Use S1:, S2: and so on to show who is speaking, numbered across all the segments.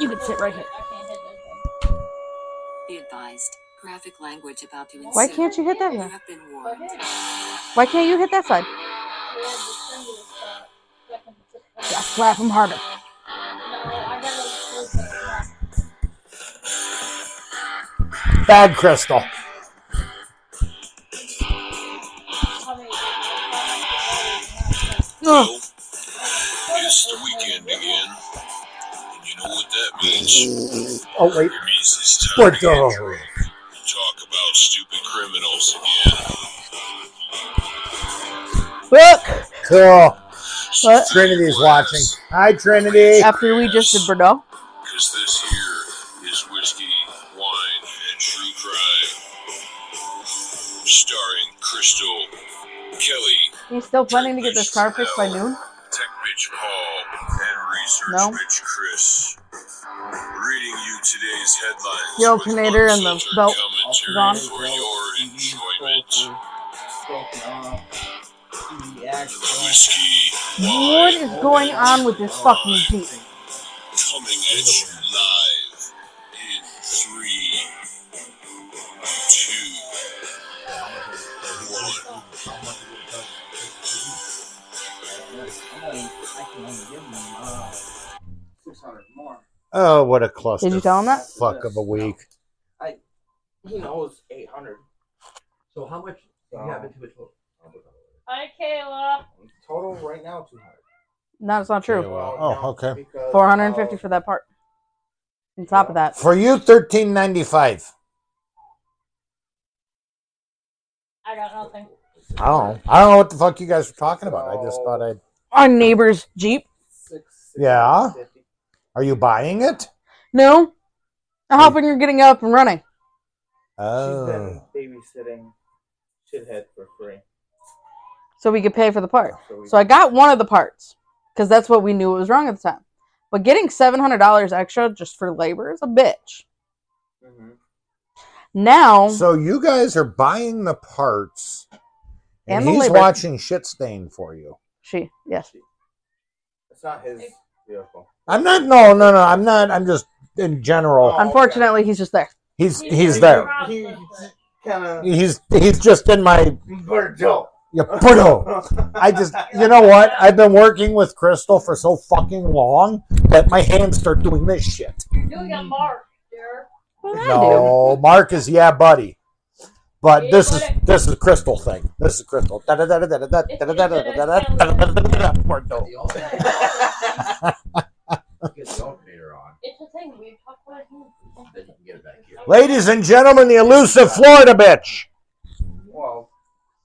S1: You can sit right here.
S2: Be advised, graphic language about to ensue.
S1: Why can't you hit that
S2: You
S1: one?
S2: have been warned.
S1: Why can't you hit that side? Yeah, slap him harder.
S3: Bad crystal.
S1: Ugh.
S4: It's the weekend again. And you know what that means?
S3: Oh wait,
S4: It means it's time
S3: what
S4: to get
S3: the?
S4: drunk and talk about stupid criminals again.
S1: Look!
S3: Cool.
S1: What?
S3: Trinity's watching. Hi, Trinity.
S1: After we just did Bordeaux.
S4: Because this here is whiskey, wine, and true crime. Starring Crystal, Kelly,
S1: He's still planning to get this car fixed by noon.
S4: Tech Bitch Paul, and Research
S1: No.
S4: Bitch Chris. Reading you today's headlines.
S1: Yo,
S4: with
S1: Kanader and the
S4: unfiltered
S1: belt
S4: commentary
S1: gone.
S4: For your enjoyment. Whiskey,
S1: What
S4: wine,
S1: is going on with this fucking beat?
S4: coming at you live in three, two, one.
S5: Six hundred more.
S3: Oh, what a cluster.
S1: Did you tell him that?
S3: Fuck of a week.
S5: He knows eight hundred.
S6: So how much do you have into it total?
S7: Hi, Kayla.
S5: Total right now two hundred.
S1: No, it's not true.
S3: Oh, okay.
S1: Four hundred and fifty
S5: uh,
S1: for that part. On top of that,
S3: For you, thirteen ninety five.
S7: I got nothing.
S3: Oh, I don't know what the fuck you guys were talking about. I just thought I'd.
S1: our neighbor's Jeep.
S3: Yeah? Are you buying it?
S1: No, I'm hoping you're getting up and running.
S3: Oh,
S5: She's been babysitting shithead for free.
S1: so we could pay for the part.
S5: we-
S1: So I got one of the parts because that's what we knew was wrong at the time. But getting seven hundred dollars extra just for labor is a bitch.
S5: Mhm.
S1: Now
S3: so you guys are buying the parts, and,
S1: And the
S3: he's
S1: labor.
S3: watching shit stain for you.
S1: she yes
S5: It's not his vehicle.
S3: I'm not. No, no, no. I'm not. I'm just in general.
S5: Oh.
S1: unfortunately he's just there.
S3: He's he's there.
S5: He kind of
S3: He's he's just in my
S5: Virgil.
S3: you puto. I just you know what? I've been working with Crystal for so fucking long that my hands start doing this shit.
S7: You're doing a mark, dear.
S1: Well, I do.
S3: No, Mark is yeah, buddy. But this is this is Crystal thing. This is Crystal. Puto.
S6: The alternator. Get the alternator on,
S7: It's a thing we talked about. it.
S6: then you can get it back here.
S3: Ladies and gentlemen, the elusive Florida bitch.
S5: well,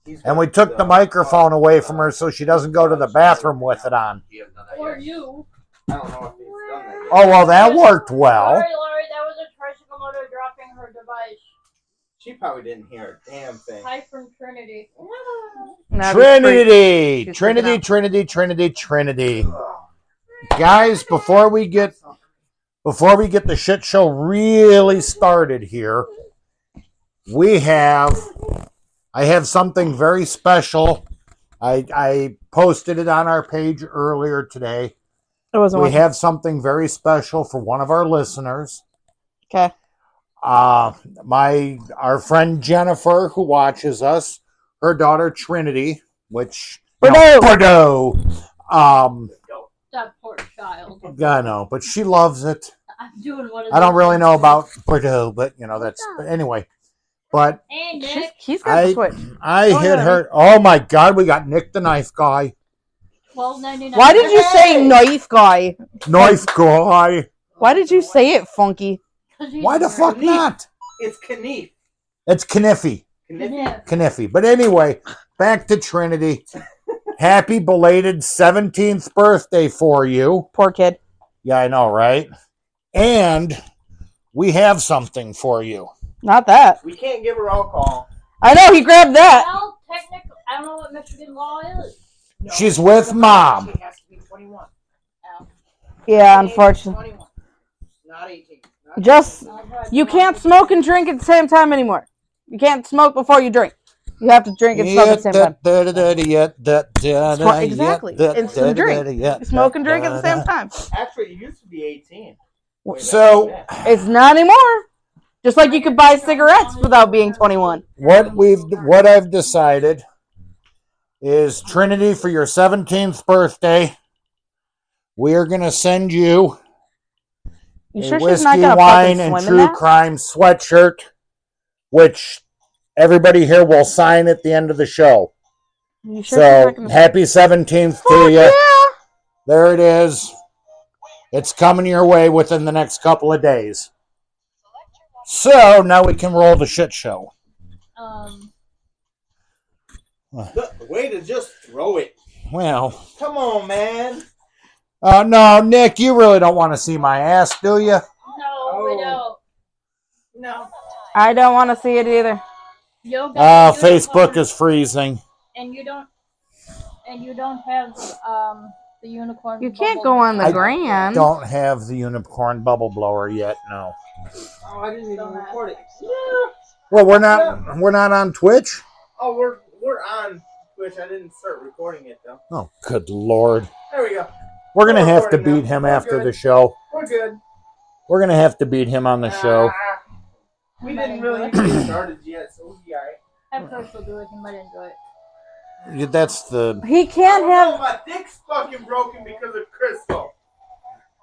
S5: he's
S3: And
S5: been-
S3: we took the microphone away from her so she doesn't go to the bathroom with it on.
S6: You haven't done that
S7: Or
S6: yet.
S7: you.
S5: I don't know if he's done that. Yet.
S3: Oh well, that work't well.
S7: Sorry, Lori, that was a tricycle motor dropping her device.
S5: She probably didn't hear a damn thing.
S7: Hi from Trinity.
S1: Now he's free.
S3: Trinity,
S1: She's freaking
S3: Trinity,
S1: out.
S3: Trinity, Trinity, Trinity. Guys, before we get before we get the shit show really started here, we have I have something very special. I I posted it on our page earlier today.
S1: It wasn't
S3: We
S1: working.
S3: have something very special for one of our listeners.
S1: Okay.
S3: Uh my our friend Jennifer who watches us, her daughter Trinity, which you know, Bordeaux, Um
S7: That poor child.
S3: I know, but she loves it.
S7: I'm doing what is
S3: I don't really know about Bordeaux, but you know that's but anyway. But
S7: Hey,
S1: She's,
S7: Nick.
S1: he's got
S3: I-
S1: the switch.
S3: I
S1: Oh,
S3: hit
S1: yeah.
S3: her. Oh my god, we got Nick the knife guy,
S7: Twelve ninety nine.
S1: Why did you say knife guy?
S3: knife guy.
S1: Why did you say it funky?
S3: Why the fuck not?
S5: It's Kniff.
S3: It's Kniffy.
S5: Kniff.
S7: Yeah.
S3: Kniffy. But anyway, back to Trinity. Happy belated 17th birthday for you.
S1: Poor kid.
S3: Yeah, I know, right? And we have something for you.
S1: Not that.
S5: We can't give her alcohol.
S1: I know he grabbed that.
S7: Well, technically, I don't know what Michigan law is.
S3: She's with mom.
S8: She has to be 21.
S7: Al.
S1: Yeah, unfortunately.
S8: 21. Not 18. Not
S1: Just
S8: 18.
S1: you can't smoke and drink at the same time anymore. You can't smoke before you drink. You have to drink and smoke at the same time. Exactly.
S3: Exactly.
S1: It's some drink. You smoke and drink at the same time.
S5: Actually, it used to be 18. Way back
S3: So-
S5: when.
S1: It's not anymore. Just like you could buy cigarettes without being 21.
S3: what we've what I've decided is Trinity for your 17th birthday. We are gonna send you
S1: You
S3: a
S1: sure she's
S3: whiskey,
S1: not gonna
S3: wine,
S1: fucking
S3: and
S1: swim
S3: true
S1: in that?
S3: crime sweatshirt, which everybody here will sign at the end of the show.
S1: You sure she's
S3: So
S1: not gonna
S3: happy 17th to
S1: Fuck
S3: you.
S1: yeah!
S3: There it is. It's coming your way within the next couple of days. So now we can roll the shit show.
S7: Um,
S5: The- way to just throw it.
S3: Well,
S5: Come on, man.
S3: oh no, Nick, you really don't want to see my ass, do you?
S7: no, we don't.
S8: No.
S1: I don't want to see it either.
S7: You'll get
S3: Ah,
S7: your
S3: Facebook
S7: unicorn,
S3: is freezing.
S7: And you don't. And you don't have um the unicorn.
S1: You can't
S7: bubble.
S1: go on the
S3: I
S1: Grand.
S3: Don't have the unicorn bubble blower yet. No.
S5: Oh, I didn't even record it.
S3: Well, we're not. We're not on Twitch.
S5: Oh, we're we're on Twitch. I didn't start recording it though.
S3: Oh, good lord.
S5: There we go.
S3: We're gonna have to beat him after the show.
S5: We're good.
S3: We're gonna have to beat him on the show.
S5: Ah, we didn't really get started yet, so we'll be alright.
S7: At first, we'll do it. You might enjoy it.
S3: That's the
S1: He can't
S5: Oh,
S1: have.
S5: my dick's fucking broken because of Crystal.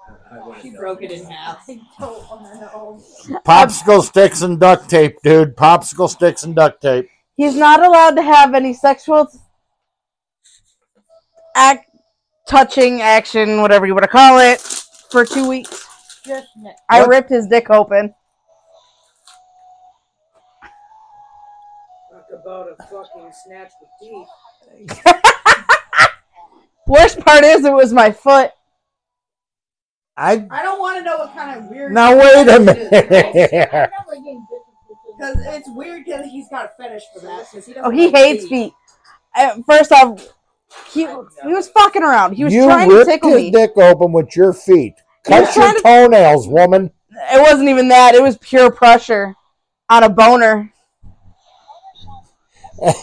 S6: She
S7: I don't want to know.
S3: popsicle sticks and duct tape, dude. Popsicle sticks and duct tape.
S1: He's not allowed to have any sexual act, touching action, whatever you want to call it, for two weeks.
S7: Just Nick.
S1: I
S3: What?
S1: ripped his dick open.
S8: Talk about a fucking snatch with teeth.
S1: Worst part is it was my foot.
S3: I
S9: I don't want to know what kind of weird.
S3: now wait a
S7: I
S3: minute.
S7: know we're getting different
S9: Because it's weird because he's got a fetish for that. 'cause he doesn't
S1: Oh, he
S9: like
S1: hates feet. Uh, First off, he, he was fucking around. He was
S3: you
S1: trying to
S3: ripped
S1: tickle
S3: his
S1: me.
S3: dick open with your feet.
S1: He was
S3: Cut your
S1: trying to-
S3: toenails, woman.
S1: It wasn't even that. It was pure pressure on a boner.
S8: I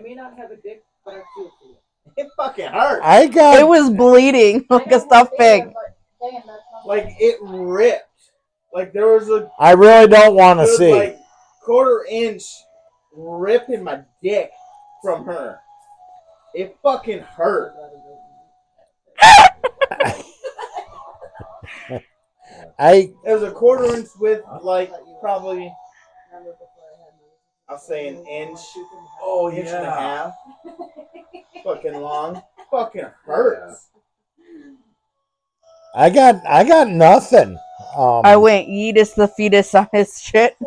S8: may not have a dick, but I feel for you.
S5: It fucking hurt.
S3: I got
S1: It was bleeding like a stuffed pig.
S5: Like it ripped. Like there was a
S3: I really don't want to
S5: good,
S3: see.
S5: like quarter inch rip in my dick from her. It fucking hurt.
S3: I
S5: It was a quarter inch with like probably I'll say an inch. Oh, inch and a
S6: Yeah.
S5: half. fucking long. Fucking hurts.
S3: I got I got nothing. Um,
S1: I went yeetus the fetus on his shit.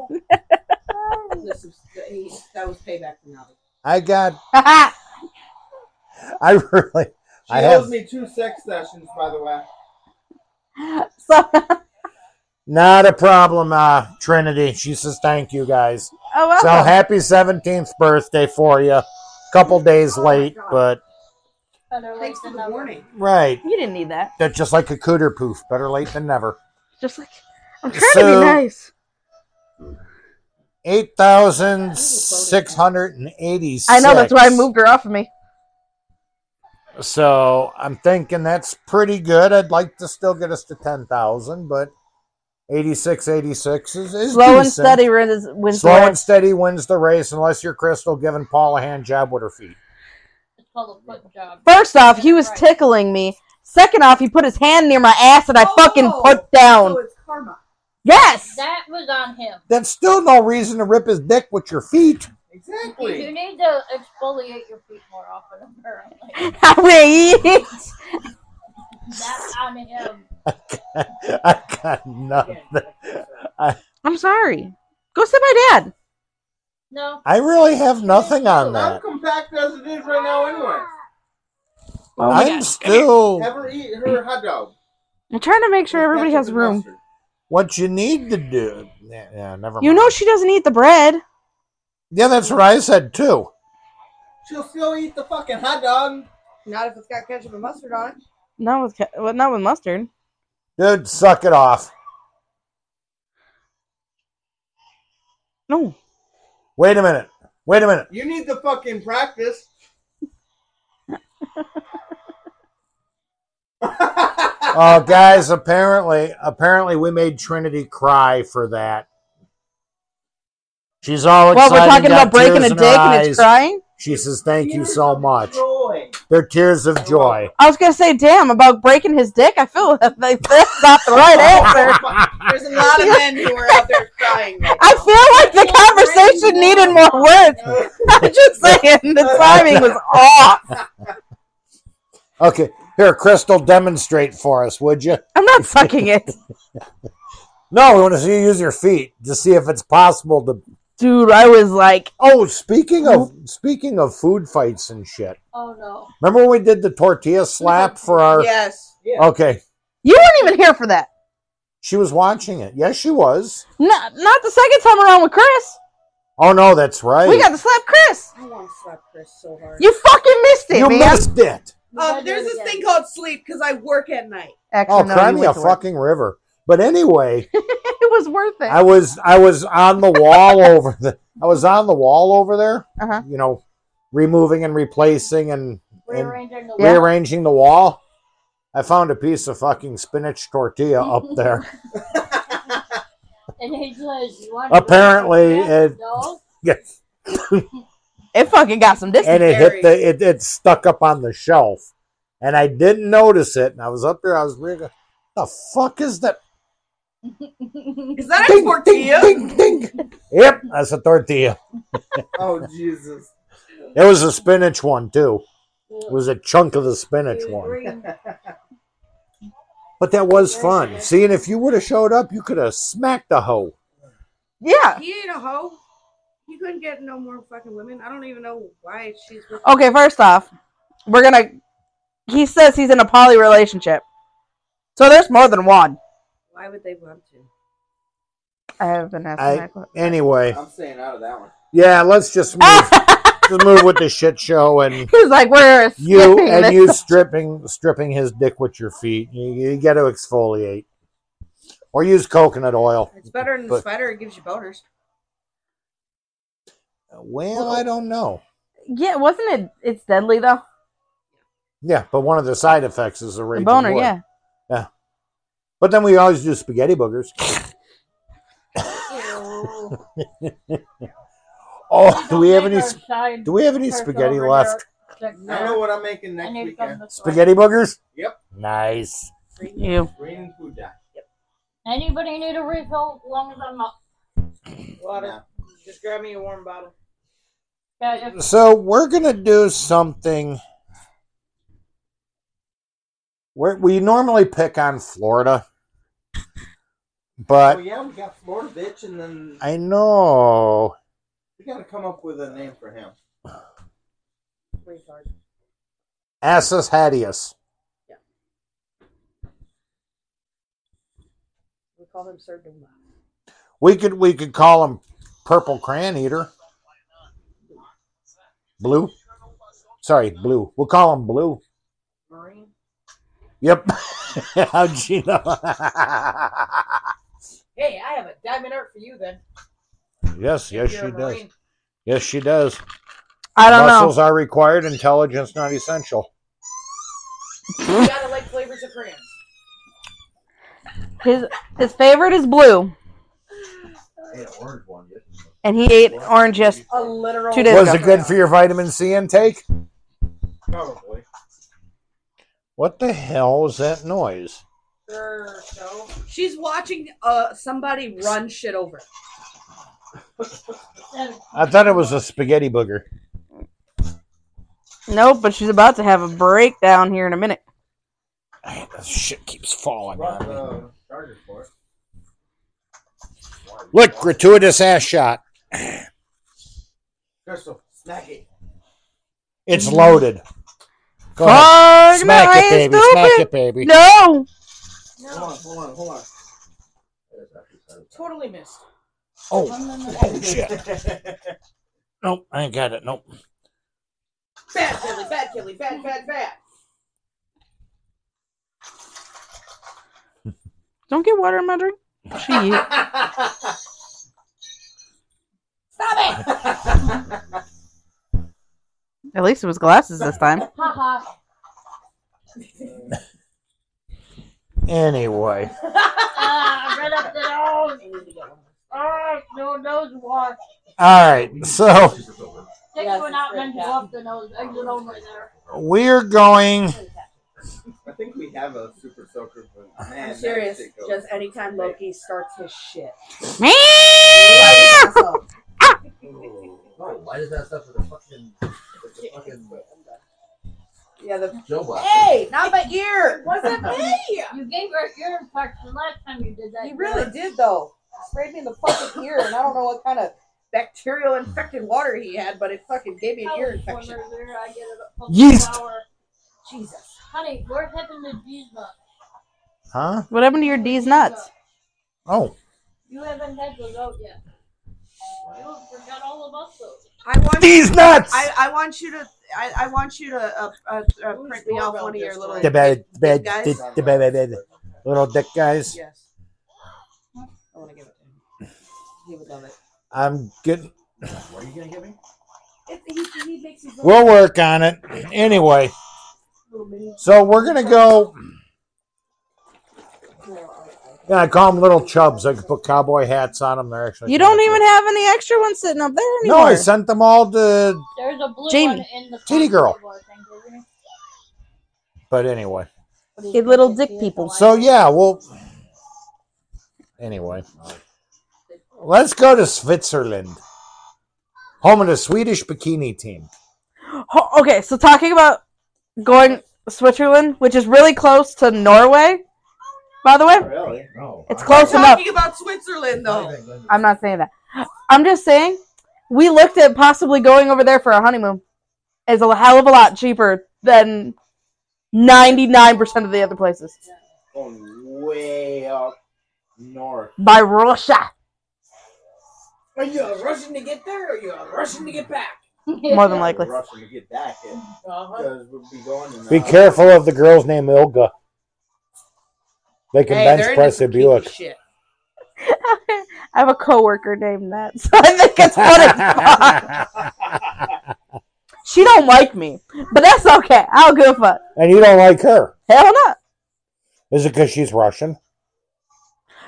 S9: This was, he, that was payback for nothing.
S3: I got.
S1: I
S3: I really.
S5: She
S3: I
S5: owes
S3: have-
S5: me two sex sessions, by the way.
S1: So,
S3: Not a problem, uh, Trinity. She says thank you guys.
S1: oh, well.
S3: So happy 17th birthday for you. Couple days late, but
S9: Thanks for the warning.
S3: right.
S1: you didn't need that.
S3: That's just like a cooter poof. Better late than never.
S1: Just like I'm trying to
S3: So-
S1: be nice.
S3: 8,686.
S1: I know that's why I moved her off of me.
S3: So I'm thinking that's pretty good. I'd like to still get us to 10,000, but 8686 is, is
S1: Slow and
S3: decent.
S1: steady wins. wins the
S3: Slow and
S1: race.
S3: steady wins the race unless you're Crystal giving Paul a hand job with her feet.
S7: It's called a foot job.
S1: First off, he was
S7: Right.
S1: tickling me. Second off, he put his hand near my ass and I fucking
S9: Oh.
S1: put down.
S9: So it's karma.
S1: Yes.
S7: That was on him.
S3: That's still no reason to rip his dick with your feet.
S5: Exactly.
S7: You need to exfoliate your feet more often, apparently.
S1: I went yeet.
S7: That's on him.
S3: I got nothing.
S1: I'm sorry. Go see my dad.
S7: No.
S3: I really have nothing on
S5: I'm
S3: that.
S5: compact as it is right now, anyway.
S1: Oh my
S3: I'm
S1: God.
S3: still.
S5: Have her eat her hot dog.
S1: I'm trying to make sure everybody
S5: Ketchup
S1: has
S5: and
S1: room.
S5: mustard.
S3: What you need to do. Yeah, yeah, never mind.
S1: You know she doesn't eat the bread.
S3: Yeah, that's what I said too.
S5: She'll still eat the fucking hot dog.
S9: Not if it's got ketchup and mustard on it.
S1: Not with ca- well, not with mustard.
S3: Dude, suck it off.
S1: No.
S3: Wait a minute. Wait a minute.
S5: You need the fucking practice.
S3: Oh, guys, apparently, apparently, we made Trinity cry for that. She's all
S1: Well,
S3: excited.
S1: we're talking
S3: got
S1: about breaking
S3: tears
S1: a
S3: in
S1: dick and
S3: her eyes.
S1: it's crying.
S3: She says, "Thank you so much."
S5: Joy.
S3: They're tears of joy.
S1: I was gonna say, damn, about breaking his dick. I feel like that's not the right answer.
S9: There's a lot of men who are out there crying. Right
S1: I feel like the conversation needed more words. I'm just saying the timing was off.
S3: okay, here, Crystal, demonstrate for us, would you?
S1: I'm not sucking it,
S3: No, we want to see you use your feet to see if it's possible to.
S1: dude. I was like,
S3: Oh, speaking of speaking of food fights and shit,
S7: Oh
S9: Uh,
S7: no.
S3: remember when we did the
S1: Mm-hmm.
S3: tortilla slap for
S9: now.
S3: our?
S9: Yes.
S3: Okay,
S1: you weren't even here for that.
S3: she was watching it. Yes, she was.
S1: Not, not the second time around with Chris.
S3: Oh no, that's right.
S1: We got to slap Chris.
S9: I want to slap Chris so hard.
S1: You fucking missed it,
S3: you
S1: man.
S3: missed it.
S7: We
S9: Uh,
S7: gotta do
S9: there's
S7: it
S9: this
S7: again.
S9: thing called sleep because I work at night.
S1: Actually,
S3: Oh,
S1: no,
S3: cry
S1: you
S3: me
S1: went
S3: a
S1: to work.
S3: fucking river. But anyway,
S1: It was worth it.
S3: I was I was on the wall over the I was on the wall over there.
S1: Uh-huh.
S3: You know, removing and replacing and
S7: Rearranging the
S1: Yeah.
S3: rearranging the wall. I found a piece of fucking spinach tortilla up there.
S7: And he says, you want to
S3: Apparently,
S7: do that?"
S3: it-
S7: No.
S3: Yes.
S1: it fucking got some distance.
S3: and it hit the it, it stuck up on the shelf. And I didn't notice it. And I was up there, I was really the fuck is that?
S9: Is that a
S3: Ding,
S9: tortilla?
S3: ding, ding, ding. Yep, that's a tortilla.
S5: Oh Jesus.
S3: It was a spinach one too. It was a chunk of the spinach one. But that was fun. See, and if you would have showed up, you could have smacked a hoe.
S1: yeah.
S9: He ain't a hoe. He couldn't get no more fucking women. I don't even know why she's with
S1: Okay, first off, we're gonna. He says he's in a poly relationship, so there's more than one.
S9: Why would they want to?
S1: I have been
S3: I-
S1: asking that.
S3: Anyway,
S5: I'm staying out of that one.
S3: yeah, let's just move, just move with the shit show and
S1: He's like, we're
S3: you
S1: skipping
S3: and
S1: this.
S3: you stripping stripping his dick with your feet. You, you got to exfoliate or use coconut oil.
S9: It's better than the
S3: But-
S9: spider. It gives you boners.
S3: Well, I don't know.
S1: Yeah, wasn't it? It's deadly though.
S3: Yeah, but one of the side effects is a
S1: The
S3: raging
S1: boner,
S3: boy.
S1: yeah.
S3: But then we always do spaghetti boogers.
S7: Ew.
S3: Oh, do we have
S7: Don't
S3: any
S7: make her shine
S3: do we have any
S7: herself
S3: spaghetti
S7: over
S3: left?
S7: there.
S5: I know what I'm making next
S7: And it
S5: weekend.
S7: comes this way.
S3: Spaghetti boogers?
S5: Yep.
S3: Nice.
S1: You.
S5: Green and food dye.
S7: Anybody need a refill? One of them. up.
S8: Water. Just grab me a warm bottle.
S7: Yeah, if-
S3: So we're gonna do something. Where we normally pick on Florida,
S5: Oh
S3: but
S5: yeah, we got Florida bitch, and then
S3: I know
S5: we gotta come up with a name for him.
S3: Assus Hattius.
S9: We call him Sir Dumba.
S3: We could we could call him Purple Crayon Eater. Blue. Sorry, Blue. We'll call him Blue.
S9: Marine.
S3: Yep. How'd you know?
S8: Hey, I have a diamond art for you then.
S3: yes, yes,
S8: If you're
S3: she
S8: a
S3: does.
S8: Marine.
S3: Yes, she does.
S1: I don't
S3: Muscles are required. Intelligence not essential.
S8: You gotta like flavors of crayons.
S1: know. His his favorite is blue, and he ate orange just
S8: A literal.
S1: Two days
S3: Was it good for your vitamin C intake?
S5: Probably.
S3: What the hell is that noise?
S8: Sure, so.
S9: She's watching uh somebody run shit over.
S3: I thought it was a spaghetti booger.
S1: nope. But she's about to have a breakdown here in a minute.
S3: This shit keeps falling
S5: Brought
S3: on me.
S5: the charger for it.
S3: Look, gratuitous ass shot.
S5: Crystal, smack it.
S3: It's loaded. Go ahead.
S1: Fuck,
S3: Smack
S1: I
S3: it,
S1: ain't
S3: baby. Smack
S1: stupid.
S3: it, baby.
S1: No,
S5: Hold on, hold on, hold on.
S8: Totally missed.
S3: Oh, oh shit. Nope, I ain't got it. Nope.
S8: Fat Kelly, fat Kelly, fat, fat, fat.
S1: don't get water in my drink. Gee. At least it was glasses this time.
S7: Haha.
S3: Anyway,
S7: Ah, right up the nose. Ah, no nose wash.
S3: all right. So
S7: Take
S8: Yes,
S7: one out and
S8: it's right,
S7: then go
S8: yeah.
S7: up the nose. Exit only there.
S3: we're going.
S5: I think we have a super soaker, but man,
S8: I'm
S5: that
S8: serious.
S5: shit goes-
S8: Just anytime Loki starts his shit.
S6: Oh, why does that stuff with the fucking, with the fucking
S8: Yeah, the
S6: Joe box?
S8: Hey, not my ear. Wasn't me.
S7: You gave her an ear infection last time you did that.
S8: He really did though. He sprayed me in the fucking ear, and I don't know what kind of bacterial infected water he had, but it fucking gave me an ear infection.
S7: I get it up
S3: Yeast.
S7: Flower.
S8: Jesus.
S7: Honey, what happened to Gizmo?
S3: Huh?
S1: What happened to your D's nuts?
S3: Oh,
S7: You haven't had those out yet. You forgot all about those.
S9: I want
S3: these nuts!
S9: I, I want you to I, I want you to uh, uh, uh, print me off one of your little
S3: The bad, the bad,
S9: Guys?
S3: the- the bad, bad, bad little dick guys.
S8: Yes. I want to give it to him. He would love it.
S3: I'm getting.
S6: What are you gonna give me?
S8: It, he, he makes his little,
S3: We'll work on it. Anyway,
S8: little mini.
S3: so we're gonna go. Yeah, I call them little chubs. I could put cowboy hats on them. They're actually
S1: You don't even have any extra ones sitting up there
S3: No,
S1: anymore.
S3: I sent them all to.
S7: There's a blue
S1: Jamie.
S7: one in the
S3: Titty girl.
S7: Titty
S3: But anyway,
S1: Hey, little dick people.
S3: so yeah, well. Anyway, let's go to Switzerland, home of the Swedish bikini team.
S1: Ho- okay, so talking about going Switzerland, which is really close to Norway, by the way.
S5: really.
S6: No.
S1: It's
S6: I-
S1: close
S9: talking
S1: enough.
S9: about Switzerland
S6: not
S9: though.
S6: even good.
S1: I'm not saying that. I'm just saying we looked at possibly going over there for a honeymoon. It's a hell of a lot cheaper than 99% of the other places.
S5: Going way up north.
S1: By Russia,
S5: Are you a Russian to get there, or are you a Russian to get back?
S1: more than likely.
S5: Russian to get back,
S8: Uh-huh.
S5: because we'll be going. In,
S3: Be
S5: uh,
S3: careful of the girl's name Ilga. They can
S8: Hey,
S3: bench
S8: they're
S3: press
S8: into
S3: if
S8: some
S3: you look.
S8: kinky shit.
S1: I have a coworker named that, so I think it's funny. fuck. she don't like me, but that's okay. I'll give a fuck.
S3: and you don't like her.
S1: Hell no.
S3: Is it because she's Russian?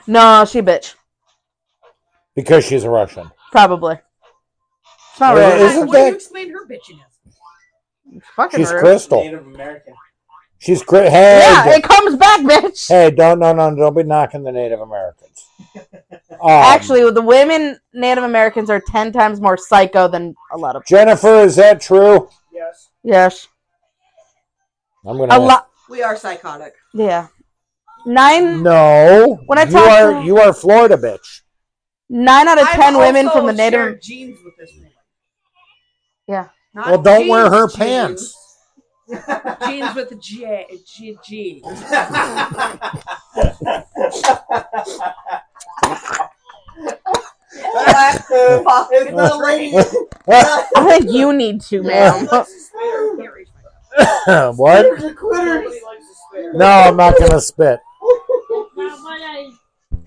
S1: No, she bitch.
S3: Because she's a Russian.
S1: Probably. It's not
S3: Well,
S1: really.
S3: Isn't
S8: what do
S3: that-
S8: you explain her bitching as?
S1: fucking
S3: She's
S1: rude.
S3: Crystal.
S5: Native American.
S3: She's Crystal. Hey,
S1: Yeah,
S3: d-
S1: it comes back, bitch.
S3: hey, don't, no, no, don't be knocking the Native Americans. Um,
S1: Actually, the women Native Americans are ten times more psycho than a lot of.
S3: Jennifer, is that true?
S5: Yes.
S1: Yes,
S3: I'm gonna.
S1: a lot.
S8: We are psychotic.
S1: Yeah, nine
S3: No.
S1: When I
S3: you
S1: talk
S3: are
S1: to-
S3: you are Florida bitch.
S1: nine out of 10
S9: I've
S1: women
S9: also
S1: from the Native.
S9: shared jeans with this woman.
S1: Yeah.
S9: Not
S3: Well, don't wear
S9: jeans,
S3: her
S9: jeans.
S3: pants.
S9: Jeans with a J, a G, G.
S8: Black fuck.
S5: It's not raining.
S1: I think you need to, ma'am.
S9: Can't reach my-
S3: what?
S5: Quitters are quitters.
S3: No, I'm not gonna spit.
S7: Not what I.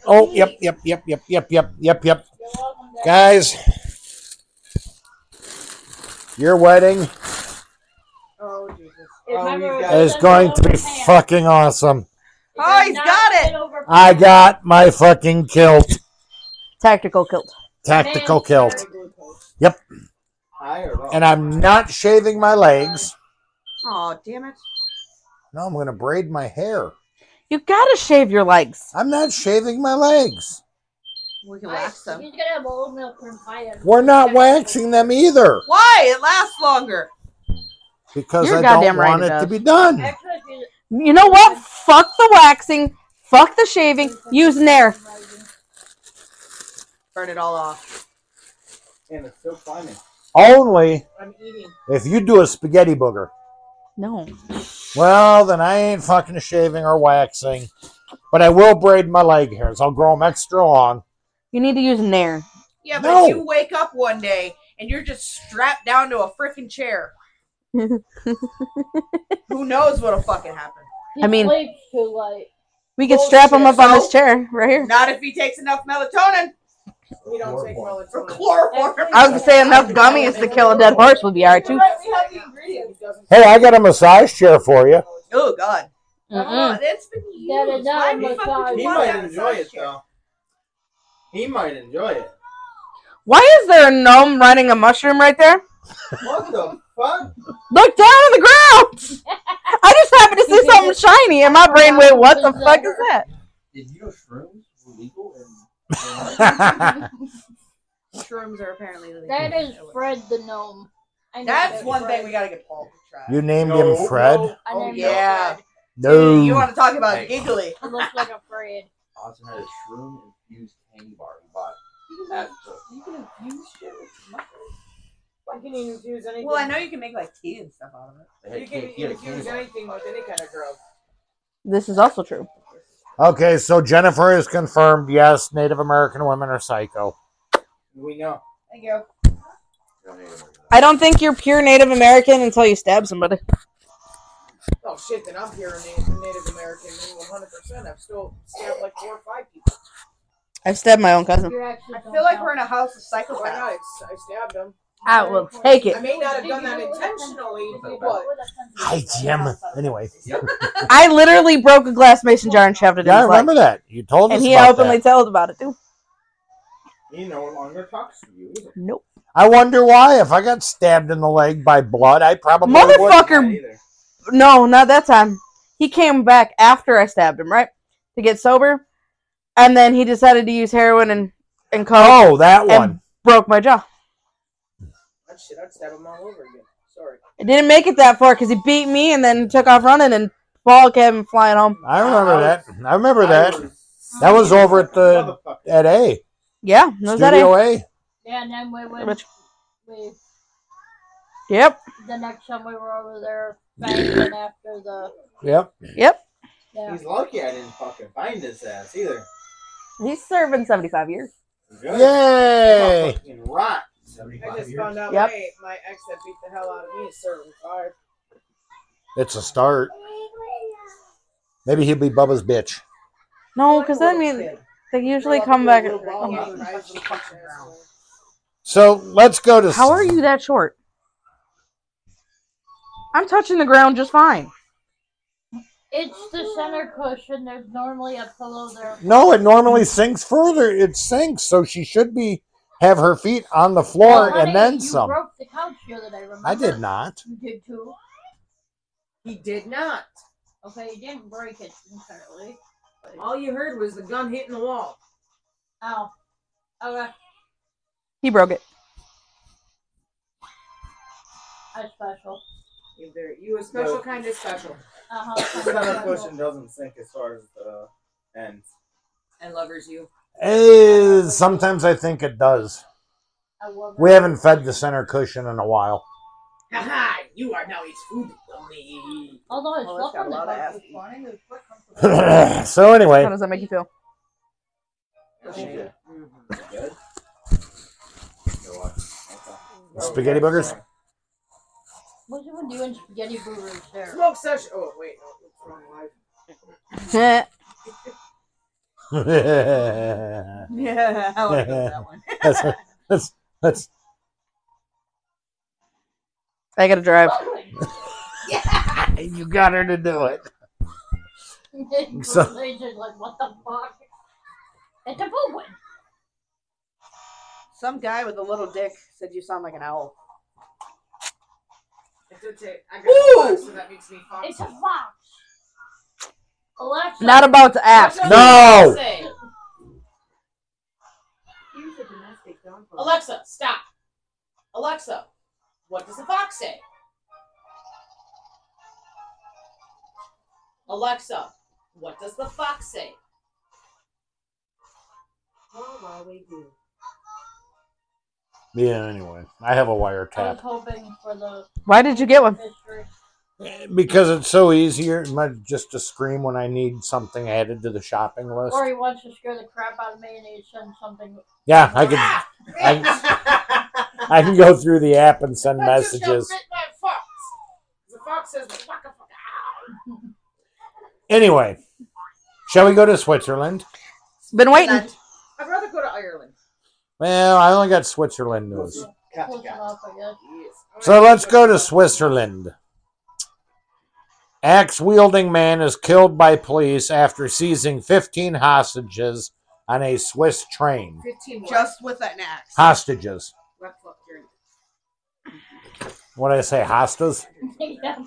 S3: Oh, yep, yep, yep, yep, yep, yep, yep, yep.
S7: You're welcome back.
S3: Guys, your wedding
S8: Oh, Jesus.
S7: Remember,
S5: we
S7: it
S5: got-
S3: is
S7: doesn't
S3: going to be
S7: overhand. It
S3: fucking awesome.
S7: does
S9: Oh, he's
S7: not
S9: got it.
S7: fit over-
S3: I got my fucking kilt,
S1: Tactical kilt.
S3: tactical kilt,
S5: High or low?
S3: and I'm not shaving my legs.
S9: Aw, damn it.
S3: No, I'm gonna braid my hair.
S1: You gotta shave your legs.
S3: I'm not shaving my legs.
S9: We can wax
S7: He's
S9: them.
S7: gonna have old milk from Fire.
S3: We're not waxing them either
S9: Why? It lasts longer.
S3: because
S1: You're
S3: I
S1: goddamn
S3: don't
S1: right
S3: want
S1: it
S3: it to
S1: does.
S3: be done.
S7: Actually, if you-
S1: You know what? Fuck the waxing. Fuck the shaving. Use Nair.
S9: Burn it all off.
S5: And it's still climbing.
S3: Only
S8: I'm eating.
S3: if you do a spaghetti booger.
S1: No.
S3: Well, then I ain't fucking shaving or waxing, but I will braid my leg hairs. I'll grow them extra long.
S1: You need to use Nair.
S9: Yeah, but
S3: No.
S9: if you wake up one day and you're just strapped down to a freaking chair, who knows what'll fucking happen?
S7: he
S1: I mean-
S7: sleeps too light.
S1: We can strap him up on this chair right here.
S9: Not if he takes enough melatonin
S8: We don't take
S6: Chloroform.
S9: or
S8: melatonin.
S9: chloroform.
S1: I was gonna say enough gummies to kill a dead horse would be alright too.
S8: Right, we have the ingredients.
S3: Hey, I got a massage chair for you.
S9: Oh, God.
S8: Uh-uh.
S9: I don't know. It's been
S7: That is
S9: years.
S7: not
S9: Why the
S7: a
S9: fuck would
S7: massage.
S9: you
S5: He
S9: want
S5: might
S9: that
S5: enjoy
S9: massage
S5: it
S9: chair?
S5: though. He might enjoy it.
S1: Why is there a gnome riding a mushroom right there?
S5: What the fuck?
S1: Look down on the ground. I just happened to see something shiny, and my brain went, "What the fuck is that?"
S6: Did you know shrooms were legal in
S9: Shrooms are apparently illegal.
S7: That is Fred the gnome. I know
S8: That's
S7: that
S8: one
S7: Fred.
S8: thing we gotta get Paul to try.
S3: You named
S5: No,
S3: him Fred?
S5: no.
S7: I
S8: Oh,
S7: named
S8: yeah.
S7: yeah.
S3: No.
S8: You want to talk about giggly?
S7: Fred. It looks like a Fred.
S6: Austin had a shroom infused candy bar he bought at the
S8: You can infuse shit with mushrooms.
S10: I can infuse anything.
S8: Well, I know you can make like tea and stuff out of it.
S6: they had
S10: you
S6: can-
S10: can
S6: he had a candy
S10: infuse
S6: bar.
S10: anything with any kind of drug.
S1: This is also true.
S3: Okay, so Jennifer is confirmed. Yes, Native American women are psycho.
S5: We know.
S8: Thank you.
S1: I don't think you're pure Native American until you stab somebody.
S10: Oh shit, then I'm here Native, Native American, 100%. I've still stabbed like four or five people.
S1: I've stabbed my own cousin.
S7: You're actually.
S8: I feel like we're in a house of
S10: Why not?
S8: psychopaths.
S10: It's- Oh, I stabbed them.
S1: I will take
S10: I
S1: it.
S10: may not have done that intentionally, but
S3: Hi, Jim. Anyway.
S1: I literally broke a glass mason jar and shoved it in
S3: Yeah, I
S1: his leg.
S3: remember that. You told us
S1: And he
S3: about
S1: openly
S3: that.
S1: told about it too.
S5: He no longer talks to you. either.
S1: Nope.
S3: I wonder why. If I got stabbed in the leg by blood, I probably would.
S1: Motherfucker.
S5: Not either.
S1: No, not that time. He came back after I stabbed him, right? To get sober. And then he decided to use heroin and, and coke
S3: Oh,
S1: and
S3: that one.
S1: broke my jaw.
S10: That shit, I'd stab him all over again. Sorry.
S1: I didn't make it that far because he beat me and then took off running and Paul came flying home.
S3: I remember that. I remember that.
S5: I was-
S3: That was over at the
S5: Motherfucker.
S3: at A
S1: Yeah, that was that
S3: Studio
S1: it.
S3: A.
S7: Yeah, and then we went.
S1: Which-
S7: We,
S1: Yep,
S7: the next time we were over there, back then after the.
S3: Yep.
S1: yep.
S7: Yeah.
S5: He's lucky I didn't fucking find his ass either.
S1: He's serving 75 years.
S5: Good.
S3: Yay!
S5: Fucking rock.
S10: I
S6: 75
S10: just
S6: years.
S10: found out
S1: Yep.
S10: my, my ex that beat the hell out of me is serving five.
S3: It's a start. Maybe he'll be Bubba's bitch.
S1: No, because I mean, they usually come back.
S8: Oh, Yeah,
S10: Yeah,
S8: he touched the fucking ground.
S10: Asshole.
S3: So let's go to.
S1: How are you that short? I'm touching the ground just fine.
S7: It's the center cushion. There's normally a pillow there.
S3: No, it normally sinks further. It sinks, so she should be have her feet on the floor
S7: Oh, honey,
S3: and then
S7: you
S3: some.
S7: broke the couch the other day, remember?
S3: I did not.
S7: You did too.
S10: He did not.
S7: Okay, you didn't break it entirely.
S10: All you heard was the gun hitting the wall.
S7: Ow. Oh. Okay,
S1: He broke it.
S7: I special.
S10: You very- You a special
S5: No.
S10: kind of special.
S7: Uh
S5: The center
S7: huh.
S5: cushion doesn't sink as far as the ends.
S10: And lovers you.
S3: Eh, sometimes I think it does. We haven't fed the center cushion in a while.
S10: Haha, you are now his food. Only.
S7: Although it's
S8: Well, it's
S7: left
S8: got
S7: on
S8: a
S7: the
S8: lot of
S7: couch
S8: ass.
S7: this morning. It was quick.
S3: so
S1: How
S3: anyway,
S1: does that make you feel?
S5: Good. Good?
S3: spaghetti burgers.
S7: What's even doing spaghetti burgers there?
S10: Smoke session. Oh, wait. No, it's wrong live.
S1: Heh.
S3: let's
S8: Yeah, I like that one.
S3: let's let's.
S1: I gotta drive.
S3: You got her to do it. So-
S7: They're just like, what the fuck? It's a food one.
S8: Some guy with a little dick said you sound like an owl.
S10: It's a tick. I got a fox, so that makes me fox.
S7: It's a fox. Alexa.
S1: Not about to ask.
S10: Alexa,
S3: No!
S10: what does it say? Alexa, stop. Alexa, what does the fox say? Alexa, what does the fox say?
S3: Yeah. Anyway, I have a
S7: I was
S3: wiretap
S7: hoping for the
S1: Why did you get one?
S7: mystery.
S3: Uh, because it's so easier my- just to scream when I need something added to the shopping list.
S7: Or he wants to scare the crap out of me and he sends something.
S3: Yeah, I can
S10: Ah,
S3: I can go through the app and send messages.
S10: The fox says, waka, waka.
S3: Anyway, shall we go to Switzerland?
S1: Been waiting.
S10: I'd rather go to Ireland.
S3: Well, I only got Switzerland news.
S7: Close enough, I guess.
S10: Yes.
S3: So let's go to Switzerland. Axe wielding man is killed by police after seizing 15 hostages on a Swiss train.
S9: 15 more.
S8: Just with an axe.
S3: Hostages.
S9: left foot here.
S3: What did I say? Hostas?
S7: yeah.
S3: There's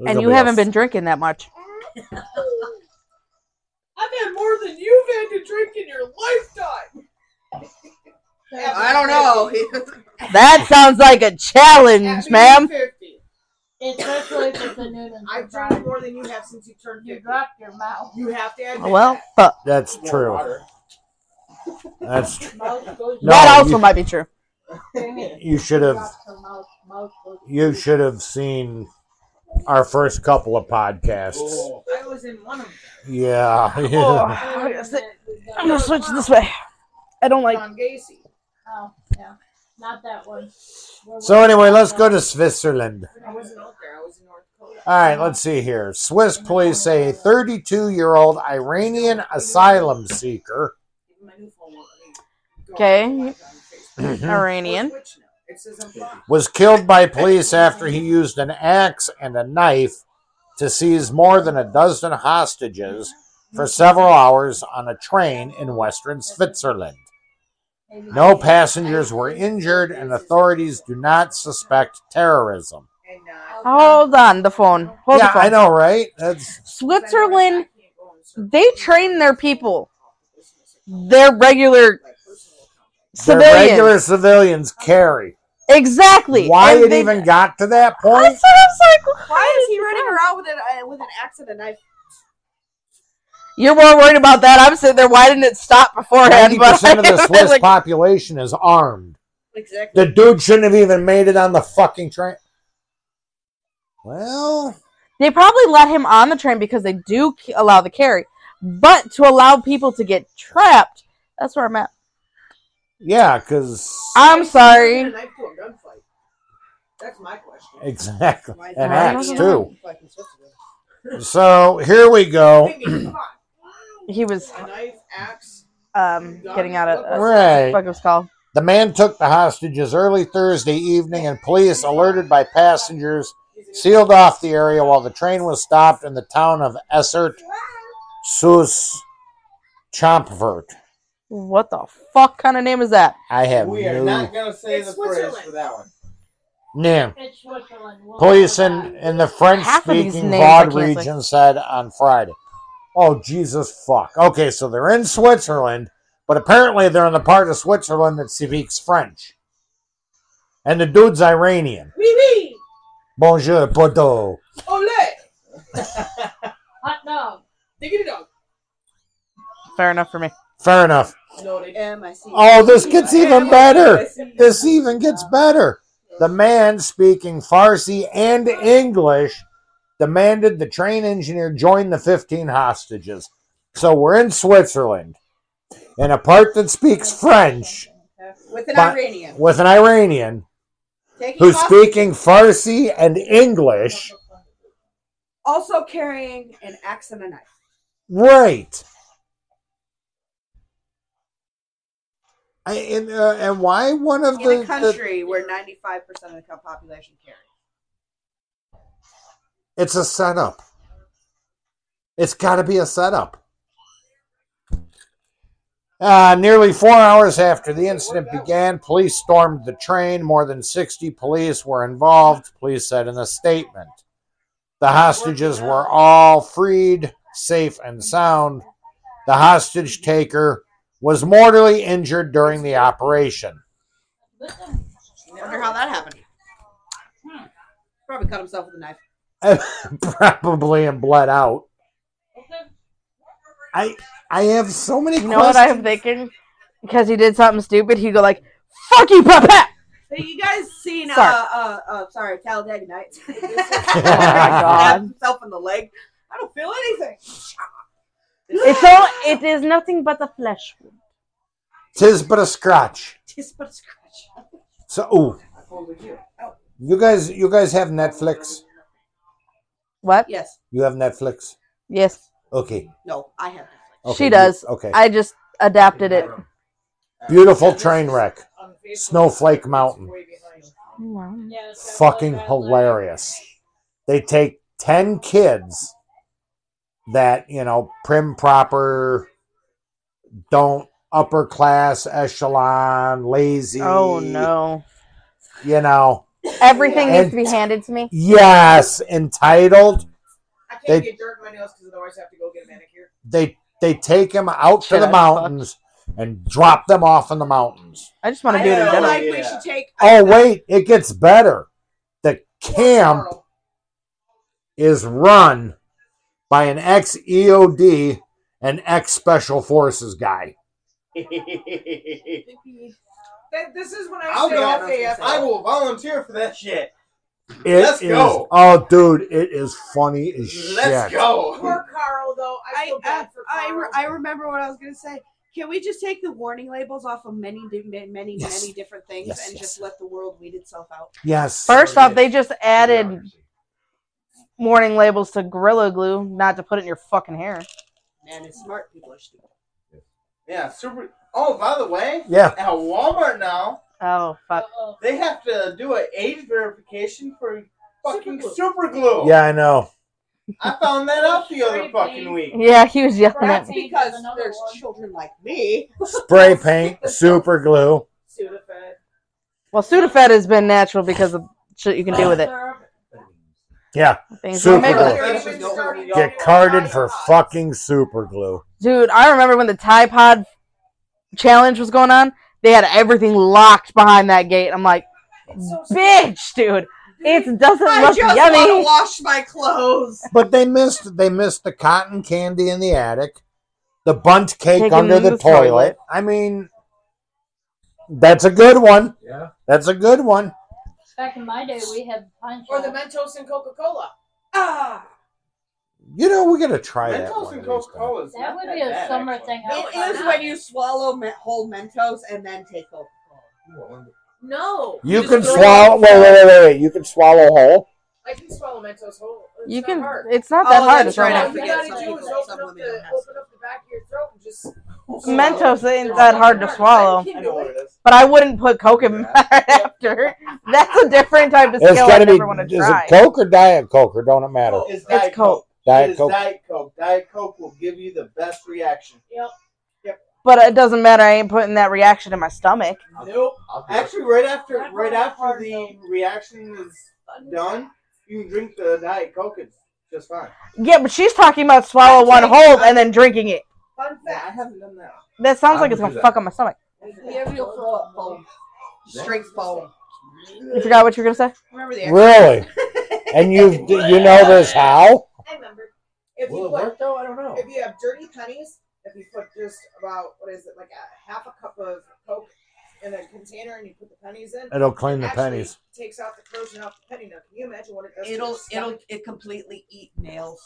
S1: And
S3: gonna
S1: you
S3: be a
S1: haven't been drinking that much.
S10: I've had more than you've had to drink in your lifetime.
S8: I don't know.
S1: That sounds like a challenge,
S10: At
S1: ma'am.
S10: 50.
S7: It's literally just a Newton's.
S10: I've drank more than you have since you turned
S7: You
S10: 50.
S7: dropped your mouth.
S10: You have
S8: Oh,
S10: to admit
S1: Well,
S10: that.
S1: but
S3: That's
S5: More
S3: true.
S5: water.
S3: That's tr-
S7: Mouth goes
S3: No,
S1: that also
S3: you-
S1: might be true.
S3: you should have
S7: dropped her mouth. Mouth goes
S3: you should have seen our first couple of podcasts.
S5: Oh.
S10: I was in one of them.
S3: Yeah.
S7: Oh.
S1: I'm gonna switch this way. I don't like.
S10: John Gacy.
S7: Oh, yeah. Not that one. We're-
S3: so anyway, let's go to Switzerland.
S10: I wasn't out there. I was in North Dakota.
S3: All right, let's see here. Swiss police say a 32 year old Iranian asylum seeker.
S10: Even my new phone won't let me go
S1: Okay.
S10: on live on Facebook.
S1: Iranian.
S10: Or Twitch now. It says I'm fine.
S3: was killed by police after he used an axe and a knife to seize more than a dozen hostages for several hours on a train in western Switzerland.
S7: maybe-
S3: No passengers were injured, and authorities do not suspect terrorism.
S10: And uh,
S8: Oh,
S10: not.
S1: Hold on, the phone. Hold the
S3: yeah,
S1: phone.
S3: I know, right? That's
S1: Switzerland, they train their people. They're regular
S3: their
S1: civilians.
S3: regular civilians carry.
S1: Exactly.
S3: Why
S1: And
S3: it
S1: they-
S3: even got to that point?
S1: That's what I'm saying.
S8: Why is he running around with an uh, with an axe and a knife?
S1: You're more worried about that. I'm sitting there. Why didn't it stop beforehand?
S3: Ninety
S1: But
S3: percent of the Swiss
S1: like,
S3: population is armed.
S8: Exactly.
S3: The dude shouldn't have even made it on the fucking train. Well,
S1: they probably let him on the train because they do c- allow the carry, but to allow people to get trapped. That's where I'm at.
S3: yeah, because
S1: I'm
S10: A
S1: sorry.
S10: knife to a gunfight. That's my question.
S3: exactly
S8: Why is
S3: an
S8: he
S3: axe
S8: running
S3: too.
S8: around fucking Switzerland?
S3: So here we go.
S10: Maybe, come on.
S1: He was
S10: A knife, axe.
S1: um, getting out of uh,
S3: Right.
S1: fuck it was called.
S3: The man took the hostages early Thursday evening, and police, alerted by passengers, sealed off the area while the train was stopped in the town of Essert Sus Champvert.
S1: What the fuck kind of name is that?
S3: I have
S5: We are
S3: no
S5: not gonna say
S10: It's
S5: the phrase
S10: Switzerland.
S5: for that one.
S3: name.
S7: It's Switzerland. We'll
S3: Police
S7: go
S3: in,
S7: back.
S3: in the French
S1: Half of these
S3: speaking
S1: names I
S3: Vaud
S1: can't say.
S3: region said on Friday. Oh, Jesus fuck. Okay, so they're in Switzerland, but apparently they're in the part of Switzerland that speaks French. And the dude's Iranian.
S10: Wee wee!
S3: Bonjour, Bordeaux.
S8: Oh,
S10: Ole!
S7: Hot dog.
S10: Diggity dog.
S1: Fair enough for me.
S3: Fair enough.
S10: No, they
S8: M I C.
S3: Oh, this gets even better.
S10: Yes.
S3: This even gets better. The man speaking Farsi and English demanded the train engineer join the 15 hostages. So we're in Switzerland, in a part that speaks French
S8: With an
S3: But-
S8: Iranian.
S3: with an Iranian
S8: Taking
S3: who's
S8: hostages,
S3: speaking Farsi and English.
S8: Also carrying an axe and a knife.
S3: Right. I, and, uh, and why one of the,
S8: In a
S3: the-
S8: country where 95% of the population carry.
S3: It's a setup. It's got to be a setup. Uh, nearly four hours after the incident began, police stormed the train. More than 60 police were involved, police said in a statement. The hostages were all freed, safe, and sound. The hostage taker was mortally injured during the operation.
S7: Listen,
S8: I wonder how that happened. Probably cut himself with a knife.
S3: Probably and bled out.
S7: listen.
S3: I I have so many
S1: You know what I'm thinking? Because he did something stupid, he'd go like, "Fuck you, Papa!"
S8: So you guys seen
S1: Sorry.
S8: uh uh uh sorry Talladega Nights?
S1: God.
S8: Stabbed himself in the leg. I don't feel anything.
S1: It's all. It is nothing but a flesh wound.
S3: Tis but a scratch.
S8: Just but a scratch.
S3: So, ooh, you guys, you guys have Netflix.
S1: What?
S8: Yes.
S3: You have Netflix.
S1: Yes,
S3: Okay.
S8: No. I have.
S3: okay.
S1: She does.
S3: Okay.
S1: I just adapted it.
S3: Beautiful train wreck. Snowflake Mountain.
S1: Wow.
S7: Yeah, it's
S1: Hmm.
S3: Fucking
S7: definitely bad.
S3: hilarious. they take 10 kids that, you know, prim proper, don't upper class echelon, lazy.
S1: Oh no.
S3: You know,
S1: Everything
S3: Yeah.
S1: needs to be handed to me.
S3: yes, entitled.
S10: I can't
S3: They-
S10: get dirt in my nails because otherwise I have to go get a manicure.
S3: They they take them out
S1: Shit,
S3: to
S1: I
S3: the mountains and drop them off in the mountains.
S1: I just want to
S10: I
S1: do it in
S10: know,
S1: general.
S10: like-
S5: Yeah.
S10: we should take.
S3: Oh wait, it gets better. The camp
S10: Carl.
S3: is run by an ex EOD and ex Special Forces guy.
S10: That, this is when I
S5: I'll
S10: say
S5: go.
S10: FAF.
S5: I will volunteer for that shit.
S3: It
S5: Let's
S3: is-
S5: go.
S3: Oh, dude, it is funny as
S5: Let's
S3: shit.
S5: go.
S10: Poor Carl, though. I
S9: I
S10: feel
S9: I,
S10: bad for
S9: I,
S10: Carl.
S9: re- I remember what I was gonna say. Can we just take the warning labels off of many di- many many,
S3: Yes.
S9: many different things
S3: Yes,
S9: and
S3: yes.
S9: just let the world weed itself out?
S3: Yes.
S1: First off, they just added warning labels to Gorilla Glue, not to put it in your fucking hair.
S9: Man, it's smart people are stupid.
S5: Yeah, super. Oh, by the way,
S3: Yeah.
S5: at Walmart now
S1: Oh fuck.
S7: Uh-oh.
S5: they have to do an age verification for fucking
S10: Superglue.
S5: super glue.
S3: Yeah, I know.
S5: I found that out the other
S7: Crazy.
S5: fucking week.
S1: Yeah, he was yelling at
S8: That's
S1: me.
S8: because
S7: Another
S8: there's
S7: one.
S8: children like me.
S3: Spray paint, super glue.
S10: Sudafed.
S1: Well, Sudafed has been natural because of shit you can do with it.
S3: Yeah.
S1: Things
S3: Super
S1: you make with it.
S5: That's
S10: Even
S5: just-
S10: started
S3: Get
S10: off-
S3: carded for fucking super glue.
S1: Dude, I remember when the Tide Pod challenge was going on. They had everything locked behind that gate. I'm like, bitch, dude, it doesn't
S9: I
S1: look
S9: just want to
S1: yummy.
S9: wash my clothes.
S3: But they missed they missed the cotton candy in the attic, the bunt cake
S1: Taken
S3: under the,
S1: the
S3: toilet.
S1: toilet.
S3: I mean that's a good one.
S6: Yeah.
S3: That's a good one.
S7: Back in my day, we had punch.
S10: Or the Mentos and Coca Cola.
S9: Ah,
S3: You know, we gotta try that.
S5: Mentos
S3: one of
S5: and
S3: these
S5: Coca
S3: times.
S5: Cola is
S7: That
S5: not
S7: would
S5: that
S7: be a
S5: bad,
S7: summer
S5: actually.
S7: thing. I would
S8: It is
S7: like.
S8: when you swallow me- whole Mentos and then take over.
S10: No.
S3: You
S10: just
S3: can
S10: throw it
S3: swallow.
S10: out.
S3: Wait, wait, wait, wait, wait. You can swallow whole.
S10: I can swallow Mentos whole. It's
S1: You
S10: not
S1: can.
S10: Hard.
S1: It's not that
S8: Oh,
S1: hard.
S8: that's
S1: It's
S8: right, I
S1: not
S10: All
S1: that-
S10: you
S8: forget
S10: gotta
S8: some
S10: do
S8: people-
S10: is open
S8: some
S10: up,
S8: women
S10: the,
S8: don't have
S10: open up the back of your throat and just.
S1: Mentos ain't that hard to swallow,
S5: I know what it is.
S1: but I wouldn't put Coke in there after. That's a different type of
S3: It's
S1: skill I
S3: gotta
S1: never want
S3: be.
S1: to
S3: Is
S1: try.
S3: it Coke or Diet Coke or don't it matter?
S5: It's
S1: It's
S5: Diet
S1: Coke,
S5: Coke.
S3: Diet
S5: It is
S3: Coke.
S5: Diet Coke. Diet Coke will give you the best reaction.
S1: but it doesn't matter. I ain't putting that reaction in my stomach.
S5: Nope.
S6: I'll do it.
S5: Actually, right after
S10: That's
S5: right
S10: not
S5: after
S10: hard,
S5: the
S10: though.
S5: reaction is done, you can drink the Diet Coke. It's just fine.
S1: Yeah, but she's talking about swallow one whole and then drinking it.
S5: Fun fact: I haven't done that.
S1: That sounds
S6: I
S1: like it's
S6: would
S1: gonna
S6: do that.
S1: fuck up my stomach.
S8: Yeah, you'll throw up foam. Straight foam.
S1: You forgot what you were gonna say?
S9: remember the
S3: Really? And you you know this how?
S10: I remember. If
S6: Will
S10: you
S6: it
S10: put
S6: work though? I don't know.
S10: If you have dirty pennies, if you put just about what is it, like a half a cup of Coke in a container and you put the pennies in,
S3: It'll clean the
S10: actually
S3: pennies.
S10: takes out the corrosion off the penny. Now, can you imagine what it does? to
S8: It'll
S10: your stomach?
S8: it'll it completely eat nails.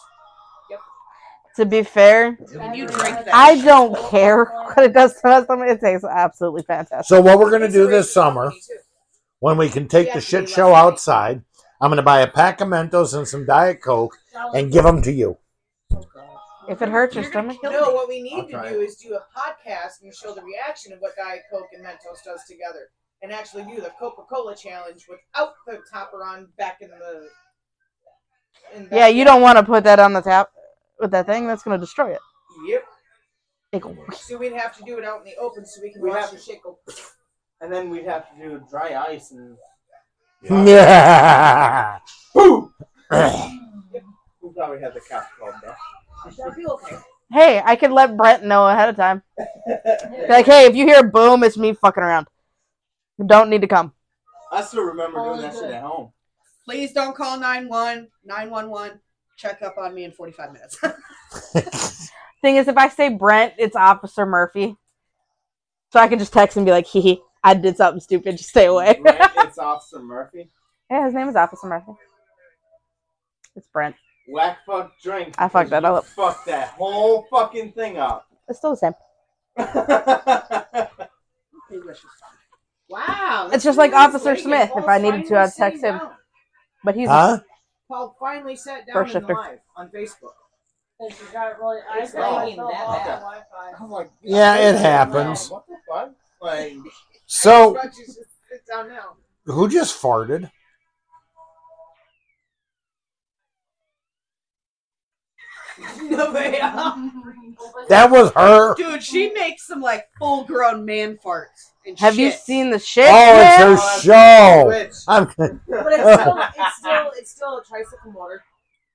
S1: To be fair,
S8: And you drink that.
S1: I don't care what it does to my stomach. It tastes absolutely fantastic.
S3: So what we're gonna
S10: It's
S3: do
S10: a
S3: this
S10: racist
S3: summer,
S10: company, too.
S3: when we can take
S10: Yeah,
S3: the
S10: to
S3: shit
S10: be
S3: show
S10: less than-
S3: outside, I'm gonna buy a pack of Mentos and some Diet Coke and give them to you.
S1: If it hurts your
S8: You're gonna
S1: stomach,
S8: kill
S10: No,
S8: me.
S10: what we need
S6: I'll
S10: to
S6: try
S10: do is do a podcast and show the reaction of what Diet Coke and Mentos does together, and actually do the Coca Cola challenge without the topper on back in the. In the
S1: yeah, you don't want to put that on the tap with that thing. That's gonna destroy it.
S5: Yep.
S1: Ickle.
S10: So we'd have to do it out in the open so we can
S5: We
S10: watch
S5: have-
S10: the shit go.
S5: And then we'd have to do dry ice and
S3: Yeah.
S5: boom. We probably have the cops called back.
S10: That'd be okay.
S1: Hey, I could let Brent know ahead of time. Be
S7: Yeah.
S1: Like, hey, if you hear a boom, it's me fucking around. You don't need to come.
S5: I still remember
S7: Oh,
S5: doing that shit
S7: good.
S5: at home.
S8: Please don't call 91 911. Check up on me in 45 minutes.
S1: Thing is, if I say Brent, it's Officer Murphy. So I can just text and be like, hee hee, I did something stupid. Just stay away.
S5: Right? It's Officer Murphy.
S1: yeah, his name is Officer Murphy. It's Brent.
S5: Whack fuck drink.
S1: I fucked that up.
S5: Fuck that whole fucking thing up.
S1: It's still the same.
S8: Delicious.
S10: Wow.
S1: It's
S10: that's
S1: just like
S10: really
S1: Officer
S10: nice.
S1: Smith.
S10: Paul
S1: If I needed to,
S10: finally
S1: I'd
S10: sitting
S1: text him.
S10: down.
S1: But he's
S3: huh?
S10: Paul finally sat down
S1: First
S10: in the
S1: shifter.
S10: live on Facebook.
S7: Because you got really. I
S10: It's
S7: got
S10: not
S7: myself
S10: that
S7: off
S10: bad.
S7: Wi-Fi.
S5: Oh, I'm like,
S3: Yeah, it
S5: wow,
S3: happens.
S5: What the fuck? Like,
S1: Oh.
S3: So
S10: Why don't you just sit down now?
S3: who just farted?
S8: No way.
S3: That was her.
S8: Dude, she makes some like full grown man farts. And
S1: Have you
S8: shit.
S1: seen the shit? man?
S3: Oh, it's her show.
S5: Which
S3: I'm,
S10: But it's still, it's still, it's still a tricycle motor.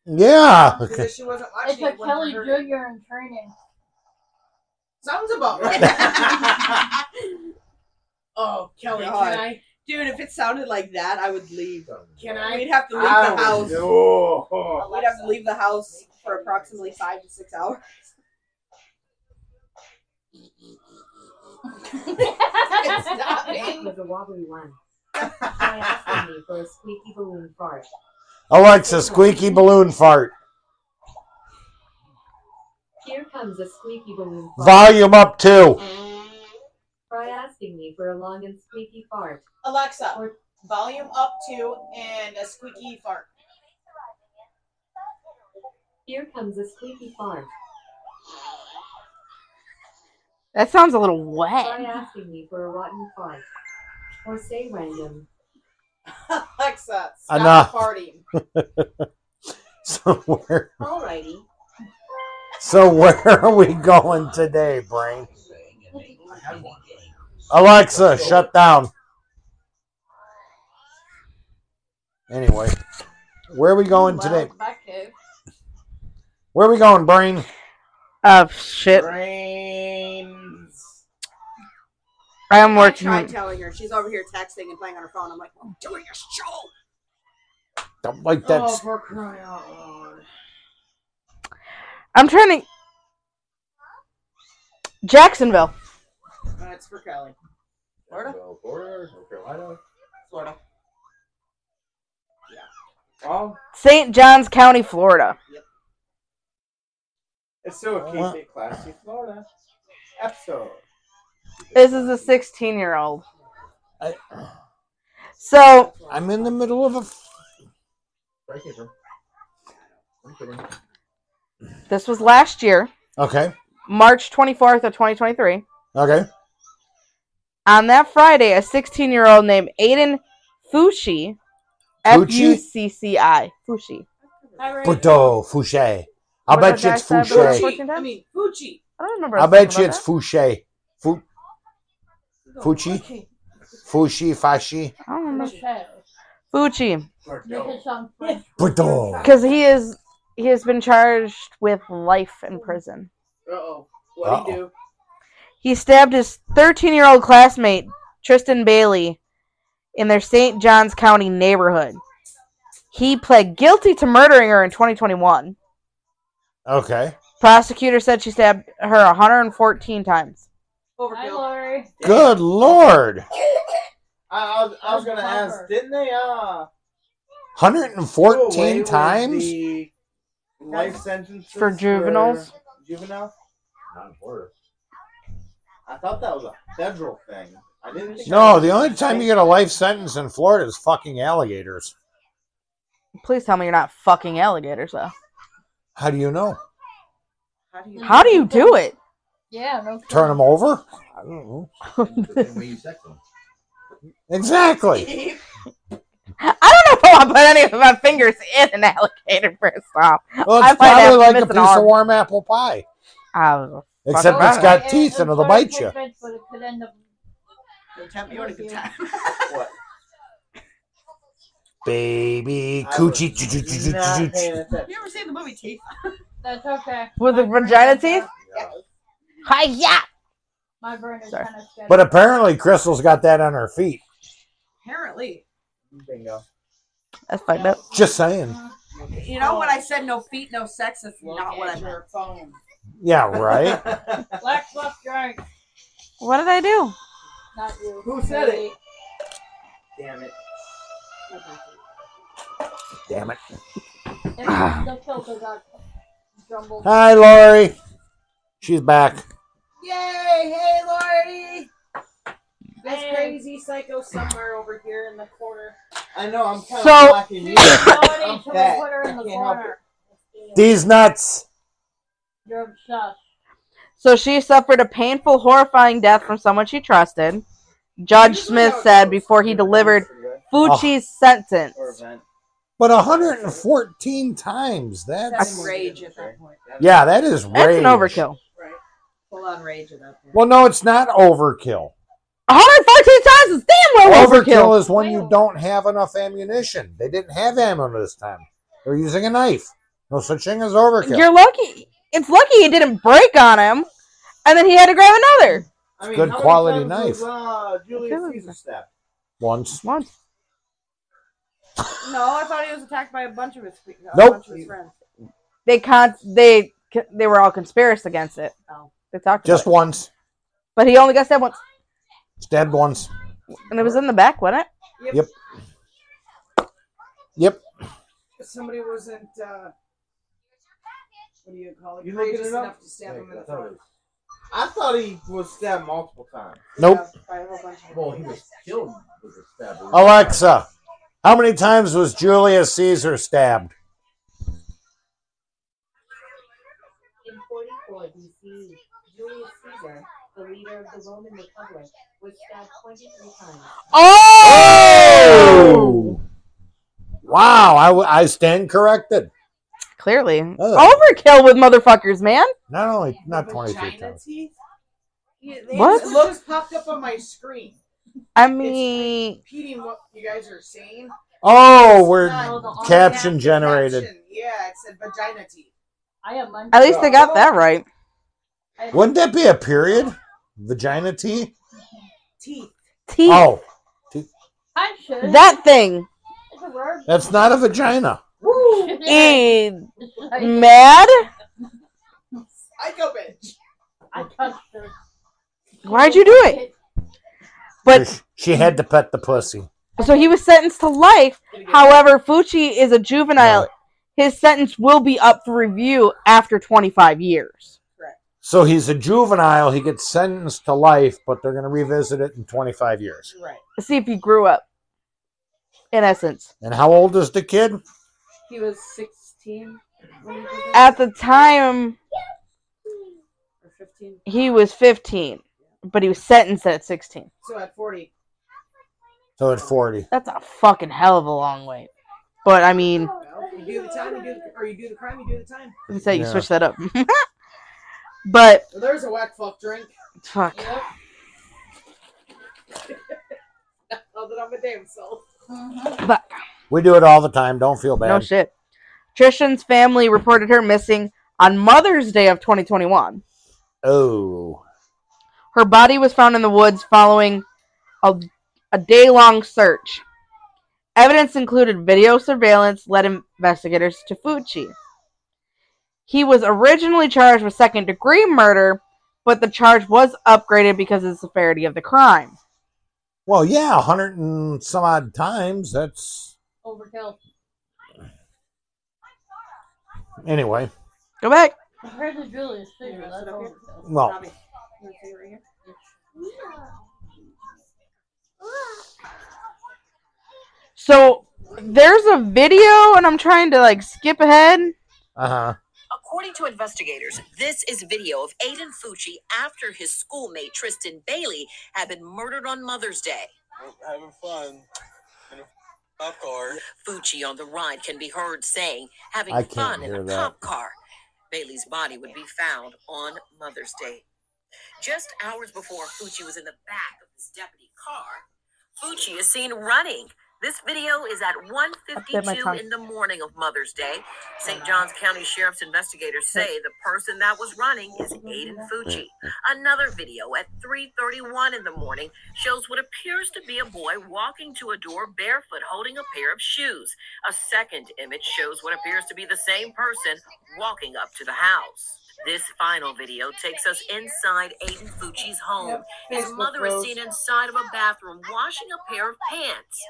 S3: yeah.
S10: Because if she wasn't watching
S7: It's a
S10: it, wouldn't
S7: Kelly
S10: have heard it.
S7: Jr. in training.
S10: Sounds about right.
S8: Dude,
S10: oh, Kelly,
S8: God.
S10: can I?
S8: if it sounded like that, I would leave.
S10: Can
S8: We'd
S10: I?
S8: have to leave
S5: I
S8: the house.
S5: No.
S8: We'd have to leave the house for approximately five to six hours.
S10: It's not me.
S11: With a wobbly one. I asked me for a squeaky balloon fart.
S3: Alexa, squeaky balloon fart.
S11: Here comes a squeaky balloon fart.
S3: Volume up two.
S11: Try asking me for a long and squeaky fart.
S10: Alexa, volume up two and a squeaky fart.
S11: Here comes a squeaky fart.
S1: That sounds a little
S11: Try
S1: wet.
S11: asking me for a rotten fart. Or say random.
S10: Alexa, stop
S3: Enough.
S10: farting.
S3: So where,
S11: Alrighty.
S3: so where are we going today, brain? Alexa, shut down. Anyway, where are we going today? Where are we going, brain?
S1: Oh shit!
S10: Brains.
S1: I am working.
S8: I tried telling her. She's over here texting and playing on her phone. I'm like, I'm doing a show.
S3: Don't like that.
S10: Oh, for crying out loud.
S1: I'm trying to. Jacksonville.
S10: Uh, it's for Kelly.
S8: Florida?
S6: Florida, North Carolina.
S8: Florida.
S5: Well,
S1: St. John's County, Florida.
S5: it's still a
S3: What?
S5: Keep It Classy Florida episode.
S1: This is a 16 year old.
S3: I-
S1: So,
S3: I'm in the middle of a. f-
S6: Where I came from. Where I came from.
S1: this was last year,
S3: Okay.
S1: March 24th of 2023.
S3: Okay.
S1: On that Friday, a 16 year old named Aiden Fushi, F U C C I, Fushi.
S3: Puto Fouché. I
S1: What
S3: bet
S1: did
S3: you
S1: I
S3: it's
S1: say,
S3: Fouché.
S1: Bruce?
S10: Gucci. I mean, Gucci.
S1: I don't remember.
S3: I
S1: us
S3: bet you
S1: talking
S3: it's
S1: about
S3: Fouché. Fu- Fuchi? Fushi, Fashi.
S1: that. I don't remember.
S7: Machete.
S1: Fushi,
S7: Make it sound French.
S3: Puto.
S1: because he is he has been charged with life in prison.
S10: Uh oh. What'd he do?
S1: He stabbed his 13 year old classmate, Tristan Bailey, in their St. Johns County neighborhood. He pled guilty to murdering her in 2021.
S3: Okay.
S1: Prosecutor said she stabbed her 114 times.
S7: Hi,
S8: Overkill.
S7: Lori.
S3: Good lord.
S5: I, I was, I was gonna ask, didn't they uh do away
S3: 114
S5: with
S3: times?
S5: the life sentences
S1: For juveniles?
S5: Juvenile.
S6: Not in Florida.
S5: I thought that was a federal thing. I didn't. Think
S3: No, the only time you get a life sentence in Florida is fucking alligators.
S1: Please tell me you're not fucking alligators, though.
S3: How do you know?
S8: How do you?
S1: How do you do it?
S7: Yeah, no.
S3: Turn them over? I don't know.
S6: and we use sex them.
S3: Exactly.
S1: I don't know how I put any of my fingers in an alligator first off.
S3: Well,
S1: I
S3: it's
S1: might have
S3: probably
S1: to
S3: like
S1: miss
S3: a
S1: an
S3: piece
S1: arm.
S3: of warm apple pie,
S1: I don't know.
S3: except
S7: Oh,
S1: Fuck
S3: it's
S1: it.
S3: got teeth and it'll bite you.
S7: But it could end up.
S8: Tempt me with a good time.
S5: What?
S3: Baby
S5: I was
S3: coochie. choo- choo- choo- choo-
S5: not
S3: choo- choo-
S5: paying attention.
S8: You ever seen the movie Teeth?
S7: That's okay.
S1: With the
S7: My
S1: vagina
S7: brain-
S1: teeth?
S6: Yeah.
S1: Hi, yeah.
S7: My brain is
S1: Sorry.
S7: kind of scattered.
S3: But apparently, Crystal's got that on her feet.
S8: Apparently.
S5: Bingo.
S1: That's fucked up.
S3: Just saying.
S8: You know when I said no feet, no sex, that's not what I meant.
S10: your phone.
S3: Yeah, right?
S7: Black left drink.
S1: What did I do?
S7: Not you.
S5: Who said it? Damn it.
S3: Damn it.
S7: It's
S3: Ah.
S7: the filter got jumbled.
S3: Hi, Lori. She's back.
S10: Yay! Hey, Lori. That's
S7: Hey.
S10: crazy psycho somewhere over here in the corner.
S5: I know. I'm kind
S1: So-
S5: of blocking you.
S7: She's naughty, so we put
S5: fat.
S7: her in the
S5: I can't help
S7: corner.
S3: These nuts.
S7: You're obsessed.
S1: So she suffered a painful, horrifying death from someone she trusted. Judge Smith said before he delivered Fucci's
S3: Oh.
S1: sentence.
S5: Or event.
S3: But 114 times. That's,
S8: That's rage at that point.
S3: yeah, that is rage.
S1: That's an overkill.
S8: Full on rage at that point.
S3: Well, no, it's not overkill.
S1: 114 times is damn well
S3: overkill.
S1: Oh, overkill.
S3: is when you don't have enough ammunition. They didn't have ammo this time. They're using a knife. No such thing as overkill.
S1: You're lucky. It's lucky it didn't break on him, and then he had to grab another.
S5: I mean,
S3: good
S5: how many
S3: quality
S5: times was,
S3: knife.
S5: uh, Julius
S1: Really?
S5: Caesar stabbed?
S3: Once.
S1: Once.
S9: No, I thought he was attacked by a bunch of his, a
S3: Nope.
S9: bunch of his friends.
S1: They con they they were all conspiracists against it. They talked
S3: Just
S1: about it.
S3: once.
S1: but he only got stabbed once,
S3: Stabbed once.
S1: and it was in the back, wasn't it?
S3: Yep.
S10: Somebody wasn't. Uh, what do you call it?
S5: You looking
S10: Courageous
S5: it up?
S10: enough to stab him in the throat.
S5: I thought he was stabbed multiple times.
S3: Nope.
S8: By a whole bunch of
S6: Well, he was killed with a stab.
S3: Alexa, how many times was Julius Caesar stabbed?
S11: In 44 BCE, Julius Caesar, the leader of the Roman Republic, was stabbed 23 times.
S1: Oh,
S3: Wow, I, w- I stand corrected.
S1: clearly
S3: Oh.
S1: overkill with motherfuckers, man.
S3: Not only not
S10: The
S3: 23
S10: vagina
S3: times.
S10: teeth?
S9: He- they-
S1: What?
S10: It just popped up on my screen,
S1: I mean,
S10: repeating what you guys are saying.
S3: Oh, we're
S10: Not all
S3: caption
S10: that
S3: generated.
S10: caption. Yeah, it said vagina teeth.
S7: I am un-
S1: at least they got that right.
S7: I-
S3: Wouldn't that be a period? Vagina T?
S10: Teeth.
S1: Teeth.
S3: Oh,
S7: I should.
S1: That thing.
S7: It's a word.
S3: that's not a vagina.
S1: Eh,
S7: I
S1: mad?
S10: I go bitch.
S7: touched her.
S1: Why'd you do it? But
S3: She- she had to pet the pussy.
S1: so he was sentenced to life. However, Fucci is a juvenile. His sentence will be up for review after 25 years.
S3: So he's a juvenile. He gets sentenced to life, but they're going to revisit it in 25 years.
S8: Right.
S1: See if he grew up. In essence,
S3: And how old is the kid?
S8: He was 16 when he did that,
S1: at the time
S8: or 15.
S1: he was 15, but he was sentenced at 16.
S10: So at 40,
S3: So at 40.
S1: That's a fucking hell of a long wait. But I mean,
S10: well, you do the time, you do the, or you do the crime, you do the time.
S1: you said you
S3: Yeah.
S1: switch that up. but
S10: Well, there's a whack fuck drink.
S1: fuck,
S10: Yep. Other than I'm a damn soul.
S1: fuck.
S3: We do it all the time. Don't feel bad.
S1: No shit. Trishan's family reported her missing on Mother's Day of 2021.
S3: oh.
S1: Her body was found in the woods following a, a day long search. Evidence included video surveillance led investigators to Fucci. He was originally charged with second degree murder, but the charge was upgraded because of the severity of the crime.
S3: Well, yeah, 100 and some odd times. That's.
S7: Overkill.
S3: Anyway.
S1: Go back.
S7: Compared to Julius Caesar, that's overkill.
S3: Well,
S1: So there's a video, and I'm trying to like skip ahead.
S3: uh huh.
S2: According to investigators, this is video of Aiden Fucci after his schoolmate Tristan Bailey had been murdered on Mother's Day.
S4: Having fun in a cop car.
S2: Fucci on the ride can be heard saying, having
S3: I can't
S2: fun in
S3: hear
S2: a
S3: that.
S2: cop car. Bailey's body would be found on Mother's Day. Just hours before Fucci was in the back of his deputy car, Fucci is seen running. This video is at
S1: I bit my
S2: 1:52
S1: tongue.
S2: in the morning of Mother's Day. St. Johns County Sheriff's investigators say the person that was running is Aiden Fucci. Another video at 3:31 in the morning shows what appears to be a boy walking to a door barefoot holding a pair of shoes. A second image shows what appears to be the same person walking up to the house. This final video takes us inside Aiden Fucci's home. His
S10: Facebook
S2: mother is
S10: rose.
S2: seen inside of a bathroom washing a pair of pants.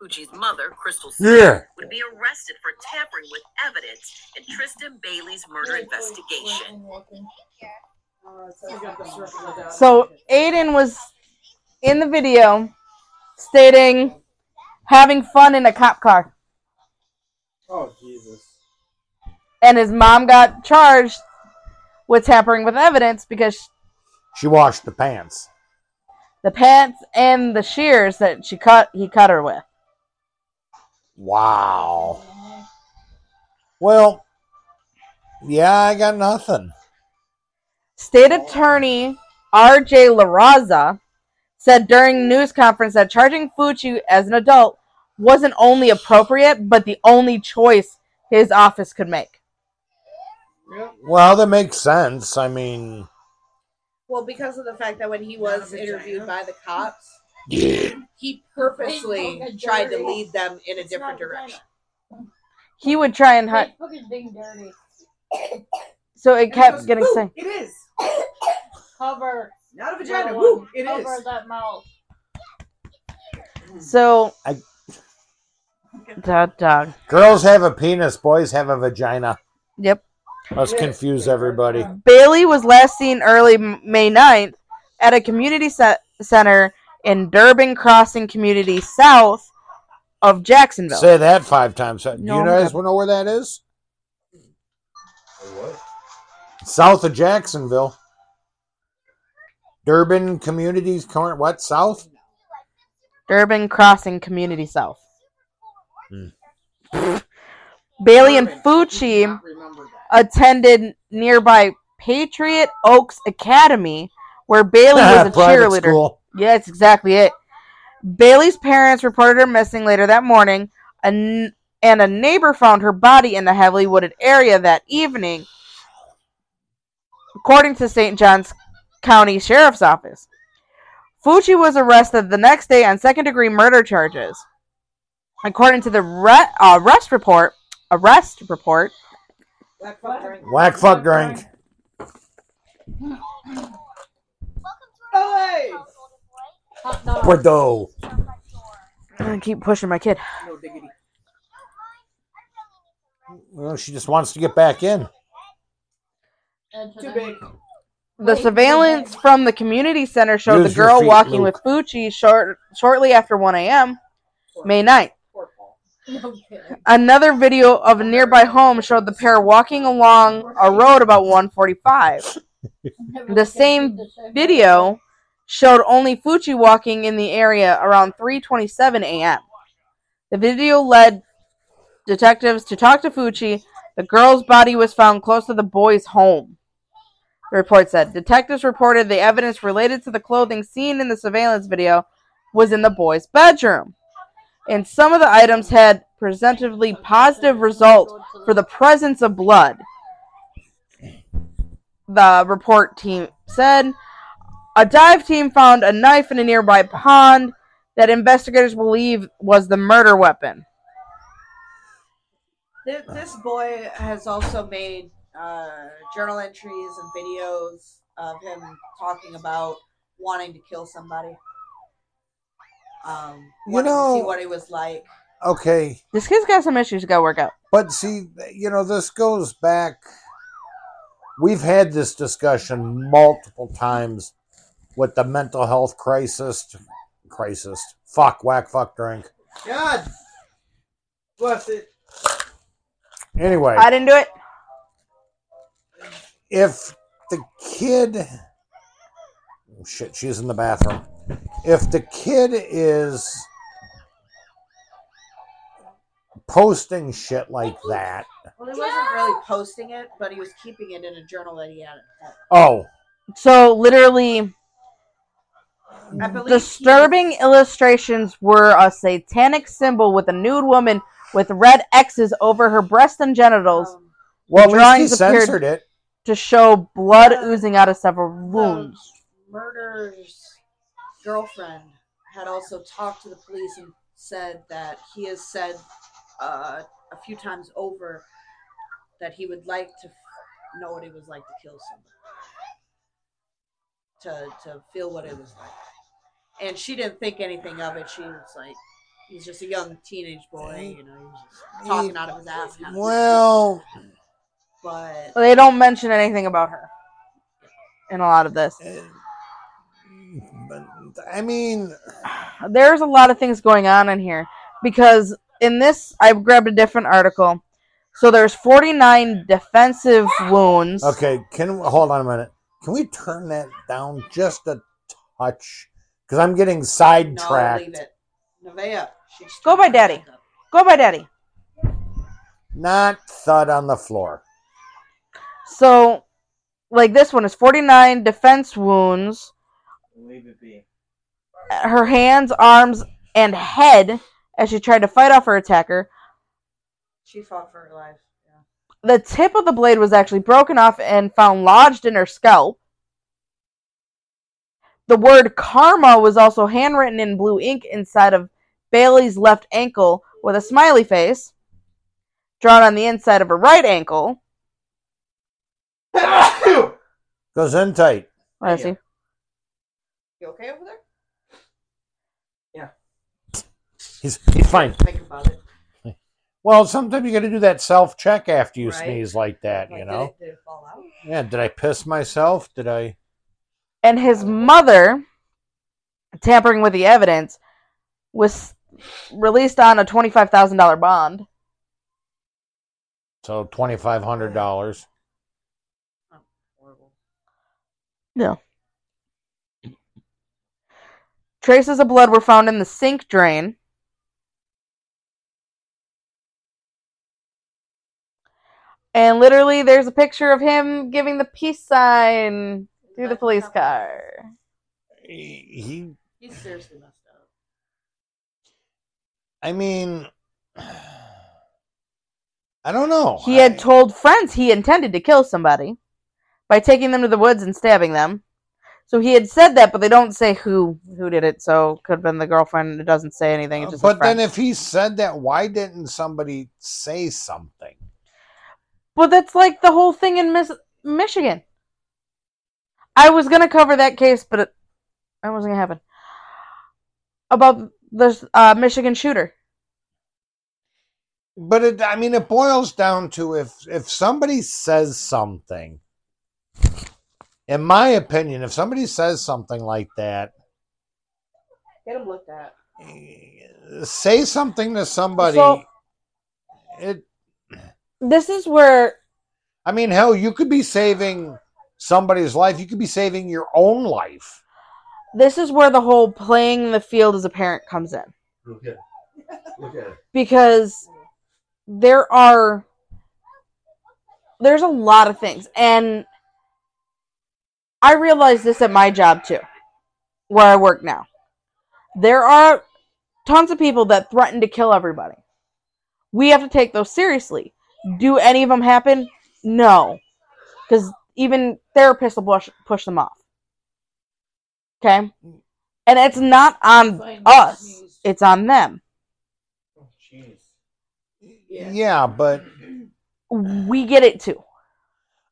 S2: Fucci's mother, Crystal
S3: Yeah.
S2: Smith, would be arrested for tampering with evidence in Tristan Bailey's murder investigation.
S10: You got the circle of death.
S1: So Aiden was in the video stating having fun in a cop car,
S5: Oh Jesus!
S1: and his mom got charged with tampering with evidence because
S3: She washed the pants.
S1: the pants and the shears that she cut he cut her with.
S3: Wow. Well, yeah, I got nothing.
S1: State Attorney R.J. LaRaza said during news conference that charging Fucci as an adult wasn't only appropriate, but the only choice his office could make.
S3: Well, that makes sense. I mean,
S8: Well, because of the fact that when he was interviewed by the cops,
S3: yeah.
S8: he purposely tried to lead them in a different direction.
S1: He would try and hide,
S7: Facebook is being dirty.
S1: so it kept getting sent.
S10: It is.
S7: Cover.
S10: Not a vagina.
S7: Rowan.
S10: Woo, it
S7: Cover
S10: is.
S7: that mouth.
S1: So
S3: I-
S1: dog, dog.
S3: girls have a penis, boys have a vagina.
S1: Yep.
S3: Let's confuse everybody.
S1: Bailey was last seen early M- May 9th at a community ce- center in Durban Crossing Community South of Jacksonville.
S3: Say that five times. Do
S1: No,
S3: you
S1: I'm
S3: guys
S1: good.
S3: know where that is? South of Jacksonville. Durban Communities Current what South?
S1: Durban Crossing Community South.
S3: Hmm.
S1: Bailey and Fucci attended nearby Patriot Oaks Academy, where Bailey was a
S3: Private
S1: cheerleader.
S3: school.
S1: Yeah, that's exactly it. Bailey's parents reported her missing later that morning, and, and a neighbor found her body in the heavily wooded area that evening, according to St. John's County Sheriff's Office. Fucci was arrested the next day on second degree murder charges. According to the re- uh, arrest report, arrest report,
S10: Black fucker.
S3: Whack fuck drink.
S10: Hey!
S7: Hot dog.
S3: Bordeaux.
S1: I'm gonna keep pushing my kid.
S10: No diggity.
S3: Well, she just wants to get back in.
S7: And to
S10: Too
S7: the-
S10: big.
S1: The
S7: Wait,
S1: surveillance from the community center showed
S3: Use
S1: the
S3: your
S1: girl
S3: feet,
S1: walking
S3: Luke.
S1: with Fucci short, shortly after 1 a.m. May 9th.
S10: Poor Paul.
S7: No kidding.
S1: Another video of a nearby home showed the pair walking along a road about 145.
S7: Never
S1: The
S7: look at
S1: same
S7: the same way.
S1: Video showed only Fucci walking in the area around 3:27 a.m. The video led detectives to talk to Fucci. The girl's body was found close to the boy's home. The report said detectives reported the evidence related to the clothing seen in the surveillance video was in the boy's bedroom. And some of the items had presumptively positive results for the presence of blood. The report team said a dive team found a knife in a nearby pond that investigators believe was the murder weapon.
S8: This, this boy has also made uh, journal entries and videos of him talking about wanting to kill somebody. Um,
S3: You
S8: wanting to see
S3: know-
S8: what it was like.
S3: Okay.
S1: This kid's got some issues to go work out.
S3: But see, you know, this goes back. We've had this discussion multiple times with the mental health crisis. Crisis. Fuck, whack, fuck, drink.
S10: God bless it.
S3: Anyway,
S1: I didn't do it.
S3: if the kid. Oh, Shit, she's in the bathroom. If the kid is posting shit like that.
S8: Well, he wasn't really posting it, but he was keeping it in a journal that he had.
S3: Oh,
S1: So literally,
S8: I
S1: Mm.
S8: believe he-
S1: disturbing illustrations were a satanic symbol with a nude woman with red X's over her breast and genitals
S8: um,
S3: well, at least he
S1: Drawings appeared-
S3: censored it.
S1: to show blood oozing out of several
S8: the
S1: wounds.
S8: murderer's girlfriend had also talked to the police and said that he has said uh, a few times over that he would like to know what it was like to kill somebody, to to feel what it was like. And she didn't think anything of it. She was like, he's just a young teenage boy, you know, he was just talking out of his ass. kind of thing.
S3: Well,
S8: but
S1: They don't mention anything about her in a lot of this.
S3: But, I mean,
S1: there's a lot of things going on in here because in this I grabbed a different article. So there's 49 defensive wounds.
S3: okay. Can hold on a minute. Can we turn that down just a touch? Because I'm getting
S8: no,
S3: sidetracked.
S8: leave it. Nevaeh, she just
S1: Go by
S8: turned it
S1: daddy.
S8: back up.
S1: Go by daddy.
S3: not thud on the floor.
S1: So, like this one is 49 defense wounds.
S6: Leave it be.
S1: Her hands, arms, and head as she tried to fight off her attacker.
S8: She fought for her life.
S1: The tip of the blade was actually broken off and found lodged in her scalp. The word karma was also handwritten in blue ink inside of Bailey's left ankle with a smiley face drawn on the inside of her right ankle.
S3: Oh, Goes in tight.
S1: I see.
S8: You okay over there?
S3: He's he's fine.
S8: Think about it.
S3: Well, sometimes you got to do that self check after you
S8: Right.
S3: sneeze like that.
S8: Like,
S3: you
S8: did
S3: know.
S8: it- did it fall out?
S3: Yeah. Did I piss myself? Did I?
S1: and his mother, tampering with the evidence, was released on a twenty-five thousand dollar bond.
S3: So twenty five hundred dollars.
S1: No. Traces of blood were found in the sink drain. And literally, there's a picture of him giving the peace sign through the police car.
S3: He.
S8: He's seriously messed up.
S3: I mean. I don't know.
S1: He had told friends he intended to kill somebody by taking them to the woods and stabbing them. So he had said that, but they don't say who who did it. So could have been the girlfriend. It doesn't say anything. It just
S3: Uh, But then, if he said that, why didn't somebody say something?
S1: but that's like the whole thing in Miss Michigan. I was gonna cover that case, but it, that wasn't gonna happen. About the uh, Michigan shooter.
S3: But it, I mean, it boils down to if if somebody says something. In my opinion, if somebody says something like that,
S8: Get him looked at.
S3: say something to somebody.
S1: So-
S3: it.
S1: This is where
S3: I mean, hell, you could be saving somebody's life. You could be saving your own life.
S1: this is where the whole playing the field as a parent comes in.
S6: Look at it. Look at it.
S1: because there are there's a lot of things and i realize this at my job too where i work now there are tons of people that threaten to kill everybody we have to take those seriously do any of them happen no because even therapists will push, push them off okay and it's not on us it's on them
S3: Yeah, but
S1: we get it too.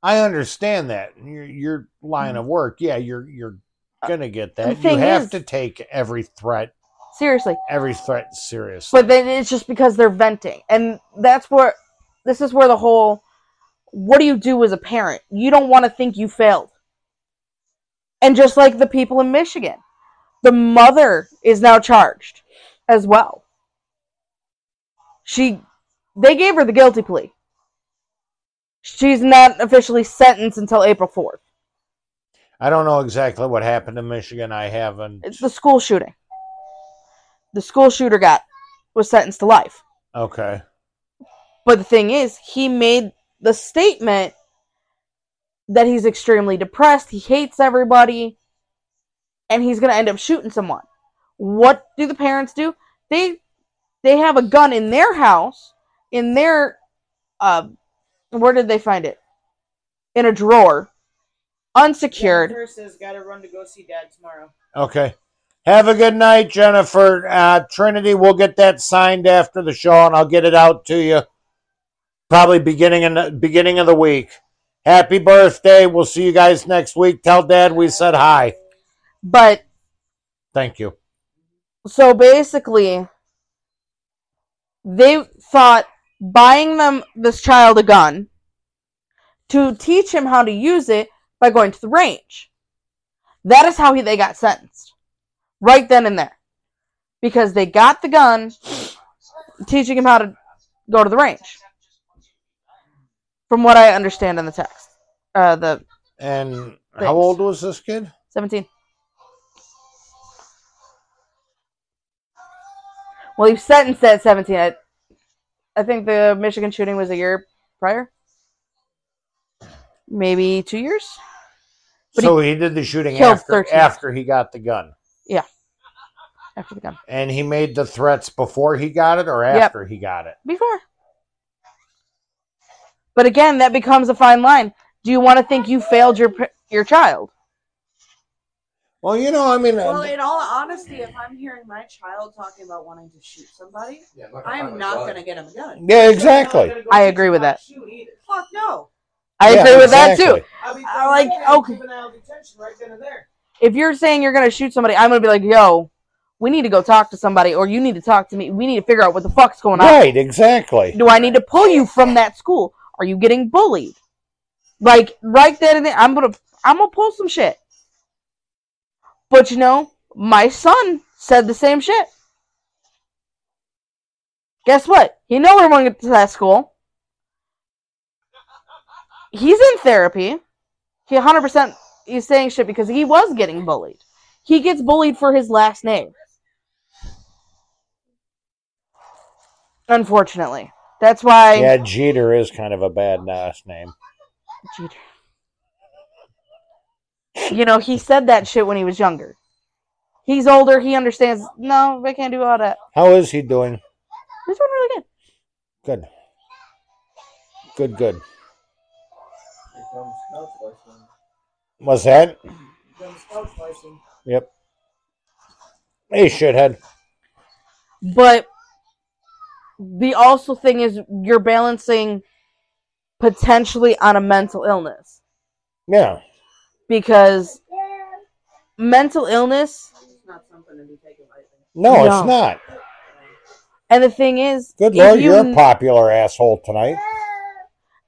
S3: I understand that your your line of work. Yeah, you're you're gonna get
S1: Mm. Uh, the
S3: that. You
S1: thing
S3: have
S1: is-
S3: to take every threat
S1: Seriously.
S3: every threat seriously.
S1: But then it's just because they're venting. And that's where this is where the whole what do you do as a parent? You don't want to think you failed. And just like the people in Michigan, the mother is now charged as well. She they gave her the guilty plea. She's not officially sentenced until April 4th.
S3: I don't know exactly what happened in Michigan. I haven't.
S1: It's the school shooting. The school shooter got was sentenced to life.
S3: Okay.
S1: But the thing is, he made the statement that he's extremely depressed, he hates everybody, and he's going to end up shooting someone. What do the parents do? They they have a gun in their house, in their uh, where did they find it? In a drawer, unsecured.
S10: Nurses gotta run to go see dad tomorrow.
S3: Okay. Have a good night, Jennifer. Uh, Trinity, we'll get that signed after the show, and I'll get it out to you probably beginning in the, beginning of the week. Happy birthday! We'll see you guys next week. Tell Dad we said hi.
S1: But
S3: Thank you.
S1: so basically they thought buying them this child a gun to teach him how to use it by going to the range that is how he, they got sentenced right then and there because they got the gun teaching him how to go to the range from what i understand in the text uh, the
S3: And
S1: Thanks.
S3: how old was this kid?
S1: 17 well he was sentenced at 17 I, I think the Michigan shooting was a year prior, maybe two years. But
S3: so he, did the shooting
S1: killed
S3: after
S1: 13.
S3: after he got the gun,
S1: Yeah, after the gun,
S3: and he made the threats before he got it or
S1: Yep.
S3: after he got it.
S1: before. But again, that becomes a fine line. Do you want to think you failed your pa- your child?
S3: Well, you know, I mean, uh,
S8: Well, in all honesty, if I'm hearing my child talking about wanting to shoot somebody, I'm not going to get him a gun.
S3: yeah, exactly.
S1: I agree with that.
S8: Fuck no.
S1: I
S3: Yeah,
S1: agree with that
S3: exactly.
S1: too. I like okay. If you're saying you're gonna shoot somebody, I'm gonna be like, yo, we need to go talk to somebody, or you need to talk to me. We need to figure out what the fuck's going on.
S3: Right, exactly.
S1: Do I need to pull you from that school? Are you getting bullied? Like right then and there, I'm gonna I'm gonna pull some shit. But you know, my son said the same shit. Guess what? He never went to that school. He's in therapy. He 100% is saying shit because he was getting bullied. He gets bullied for his last name. Unfortunately. That's why.
S3: Yeah, Jeter is kind of a bad last name.
S1: Jeter. You know, he said that shit when he was younger. He's older. He understands. No, I can't do all that.
S3: How is he doing?
S1: He's doing really good.
S3: Good. Good, good. What's that? Yep. Hey, shithead.
S1: But the also thing is, you're balancing potentially on a mental illness
S3: Yeah.
S1: because mental illness.
S8: It's not something to be taken lightly.
S3: No,
S1: No.
S3: it's not.
S1: And the thing is,
S3: Good
S1: if
S3: lord,
S1: you
S3: you, are a popular asshole tonight.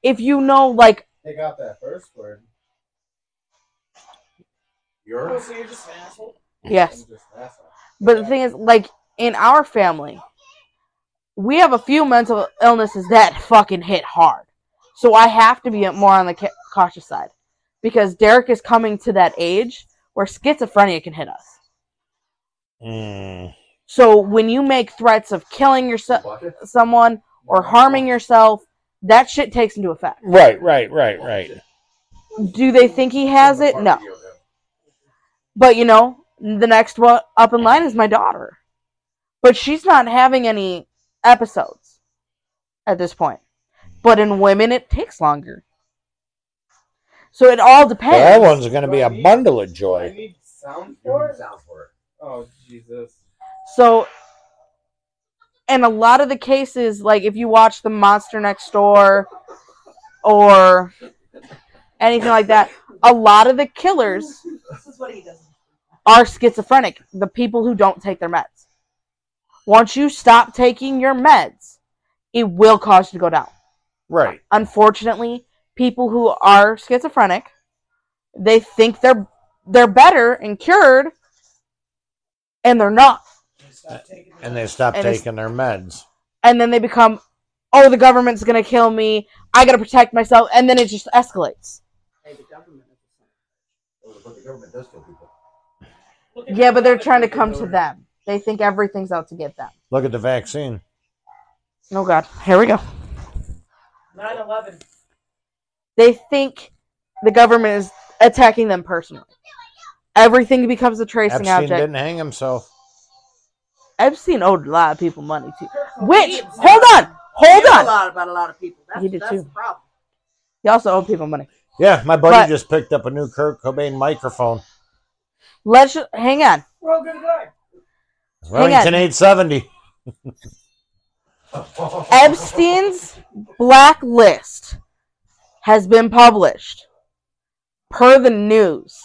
S1: if you know, like
S6: They got that first word.
S10: Oh,
S6: You're
S10: so you're just an asshole.
S1: yes, But the thing is, like in our family, we have a few mental illnesses that fucking hit hard. So I have to be more on the ca- cautious side because Derek is coming to that age where schizophrenia can hit us.
S3: Mm.
S1: So when you make threats of killing yourself, someone, or harming yourself, that shit takes into effect.
S3: Right, right, right, right.
S1: Do they think he has it? No. But you know, the next one up in line is my daughter. But she's not having any episodes at this point. But in women, it takes longer. So it all
S3: Well, that
S1: depends.
S3: one's going to be a bundle of joy.
S10: need sound for it. Oh Jesus.
S1: So, in a lot of the cases, like if you watch The Monster Next Door or anything like that, a lot of the killers
S8: This is what he does.
S1: are schizophrenic, the people who don't take their meds. Once you stop taking your meds, it will cause you to go down.
S3: Right.
S1: Unfortunately, people who are schizophrenic, they think they're they're better and cured, and they're not.
S3: And they stop
S1: And it's-
S3: taking their meds.
S1: And then they become, oh, the government's gonna kill me. I gotta protect myself, and then it just escalates.
S8: Hey, the government is the same.
S6: But the government does kill people.
S1: Yeah, but they're trying to come to them. They think everything's out to get them.
S3: Look at the vaccine.
S1: Oh God, here we go.
S10: 9/11.
S1: they think the government is attacking them personally. Everything becomes a tracing
S3: Epstein
S1: object.
S3: didn't hang himself.
S1: Epstein owed a lot of people money too. Which hold on,
S8: He knew
S1: hold
S8: A
S1: on.
S8: lot about a lot of people. That's,
S1: He did
S8: that's
S1: too.
S8: the problem.
S1: He also owed people money.
S3: Yeah, my buddy
S1: But-
S3: just picked up a new Kurt Cobain microphone.
S1: Let's ju- hang on.
S10: We're all good to go.
S3: Remington 870.
S1: Epstein's blacklist has been published per the news.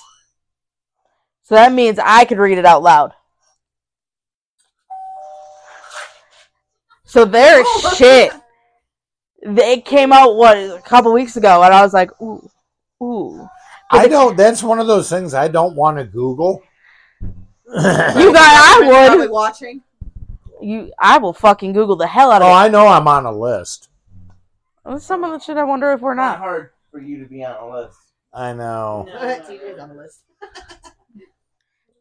S1: So that means I could read it out loud. So there's shit. It came out what a couple weeks ago, and I was like, ooh, ooh.
S3: I don't. That's one of those things I don't want to Google. Oh,
S1: You got, I
S8: Probably
S1: would.
S8: watching.
S1: You, I will fucking Google the hell out
S3: Oh,
S1: of
S3: I know I'm on a list.
S1: it. Some of the shit I wonder if we're not.
S10: Not hard for you to be on a list.
S3: I know.
S8: TJ's on the list.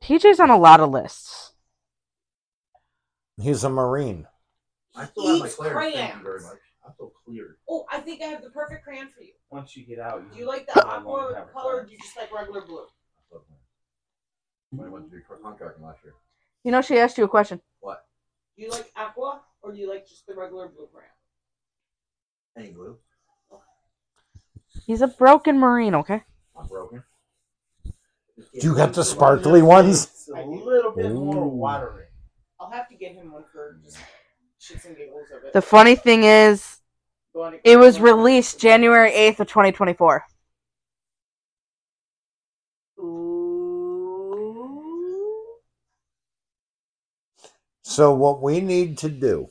S1: TJ's on a lot of lists.
S3: He's a Marine.
S6: I still have my
S10: Eats
S6: clear. Thank
S10: crayons.
S6: you very much. I'm still clear.
S10: Oh, I think I have the perfect crayon for you.
S6: Once you get out,
S10: Do you like the
S6: I won't
S10: aqua
S6: have a
S10: color? Or
S6: crayon.
S10: do you just like regular blue?
S6: When I went to do contracting last year.
S1: You know, she asked you a question.
S6: What?
S10: Do you like aqua or do you like just the regular blue crayon?
S6: Any glue?
S1: He's a broken marine, okay?
S6: I'm broken.
S3: Do you got the sparkly ones?
S10: I do.
S6: little
S3: bit more Ooh. watery.
S10: I'll have to get him one for just shits and giggles of it.
S1: The funny thing is, it was released January 8th of 2024.
S3: So what we need to do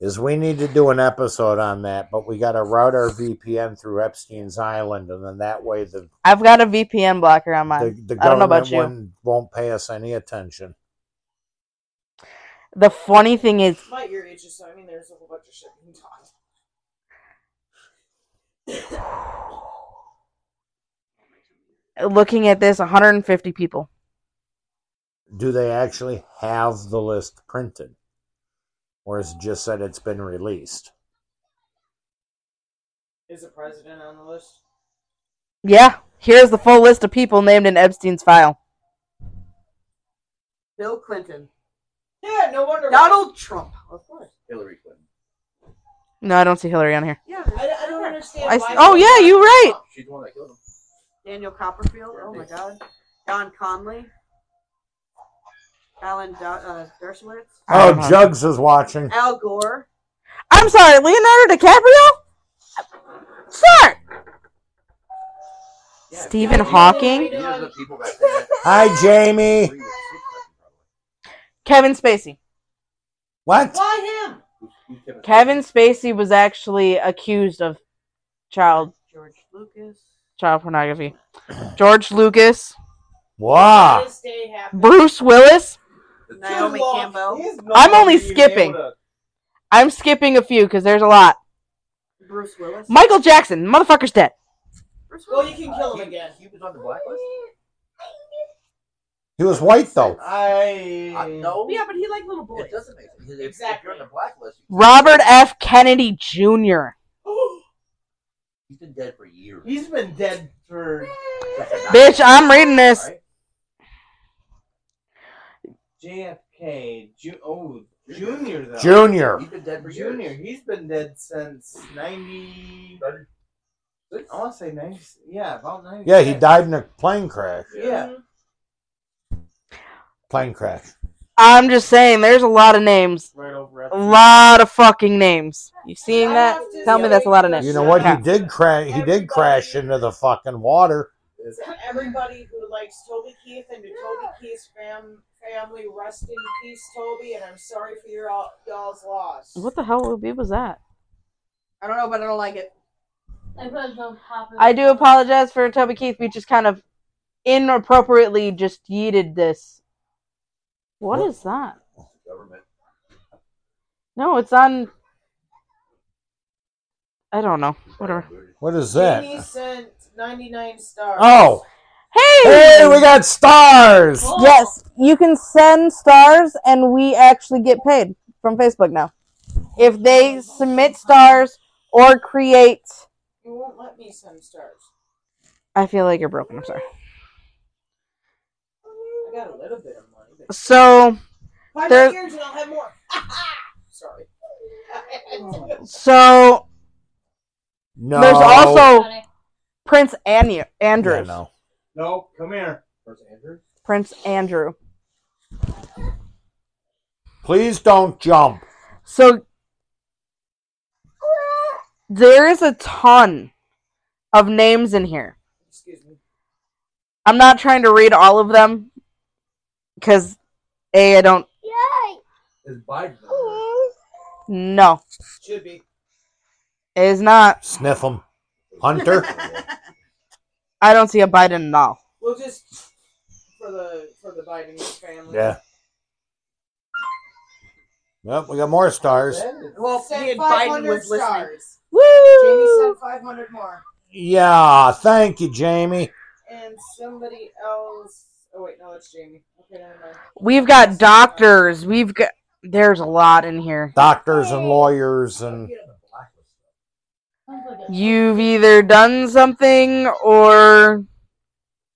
S3: is we need to do an episode on that, but we got to route our VPN through Epstein's Island, and then that way the
S1: I've got a VPN blocker on
S3: the,
S1: mine.
S3: the
S1: I don't know about
S3: government
S1: you.
S3: one won't pay us any attention.
S1: The funny thing is,
S10: My ear itches, so I mean, there's a whole bunch of shit we can talk.
S1: looking at this, 150 people.
S3: Do they actually have the list printed, or is it just that it's been released?
S10: Is the president on the list?
S1: Yeah, here's the full list of people named in Epstein's file.
S8: Bill Clinton.
S10: Yeah, no wonder.
S8: Donald Trump, of course.
S6: Hillary Clinton.
S1: No, I don't see Hillary on here.
S8: Yeah, I, I don't understand.
S1: I s- oh, yeah, you're right.
S6: She's the one that killed him.
S8: Daniel Copperfield. Oh my God. Don Conley. Alan Do- uh, Dershowitz.
S3: Oh, Jugs is watching.
S8: Al Gore.
S1: I'm sorry, Leonardo DiCaprio? Sir! Stephen Hawking?
S6: These are the people back then.
S3: Hi, Jamie.
S1: Kevin Spacey.
S3: What?
S10: Why him?
S1: Kevin Spacey was actually accused of child
S8: George Lucas.
S1: child pornography. George Lucas,
S3: Wow.
S10: This day happened.
S1: Bruce Willis.
S8: Naomi
S10: Too long.
S8: Campbell.
S1: I'm only skipping. I'm skipping a few because there's a lot.
S8: Bruce Willis.
S1: Michael Jackson, motherfucker's dead.
S8: Bruce
S10: Well,
S8: Willis.
S10: you can kill him again.
S6: He was on the blacklist?
S3: He was white though.
S6: I
S10: I.
S6: know.
S8: Yeah, but he liked little boys.
S6: It doesn't make sense. If- If
S10: Exactly.
S6: you're on the blacklist, you-
S1: Robert F. Kennedy Jr.
S6: he's been dead for years.
S5: He's been dead for
S6: That's a
S1: Bitch, I'm reading this.
S6: Right?
S5: JFK. Ju- oh, Junior though.
S3: Junior.
S6: He's been dead for
S5: Junior.
S6: years.
S5: He's been dead since ninety. I want to say ninety. Yeah, about ninety.
S3: Yeah, he died in a plane crash.
S5: Yeah.
S3: Plane crash.
S1: I'm just saying, there's a lot of names.
S5: Right over.
S1: A lot of fucking names. You seeing that? Tell me that's a lot of names.
S3: You know what?
S1: Yeah.
S3: He did crash. He did crash into the fucking water.
S10: Everybody who likes Toby Keith and to Toby Keith's fam- family, rest in peace, Toby, and I'm sorry for your all, y'all's loss.
S1: What the hell was that?
S8: I don't know, but I don't like it.
S7: I really don't pop it.
S1: I do apologize for Toby Keith. We just kind of inappropriately just yeeted this. what?
S6: What?
S1: is that?
S6: Government.
S1: No, it's on. I don't know. Whatever.
S3: What is
S10: Jamie
S3: that?
S10: sent 99 stars.
S3: Oh,
S1: Hey!
S3: hey, we got stars.
S1: Yes, you can send stars, and we actually get paid from Facebook now. If they submit stars or create,
S10: You won't let me send stars.
S1: I feel like you're broken. I'm sorry.
S10: I got a little bit of money. But
S1: So,
S10: buy
S1: There-
S10: my ears and I'll have more. sorry.
S1: so
S3: No.
S1: there's
S3: Oh.
S1: also
S7: Got it.
S1: Prince Andrew.
S3: Yeah,
S1: Andrews.
S3: no.
S5: No, come here.
S6: First Andrew?
S1: Prince Andrew.
S3: Please don't jump.
S1: So there is a ton of names in here.
S10: Excuse me.
S1: I'm not trying to read all of them because a I don't
S6: Is Biden on
S1: no
S10: Should be.
S1: it is not.
S3: Sniff him, Hunter.
S1: I don't see a Biden at all.
S10: We'll just for the for the Biden family.
S3: yeah. Yep, we got more stars.
S8: Well,
S10: Send
S8: me and Biden
S10: 500
S8: was listening.
S10: stars. Jamie
S1: Woo!
S10: sent 500 more.
S3: Yeah, thank you, Jamie.
S10: And somebody else. Oh, wait, no, that's Jamie. Okay, never mind.
S1: We've got doctors. We've got There's a lot in here.
S3: Doctors and lawyers and
S1: You've either done something or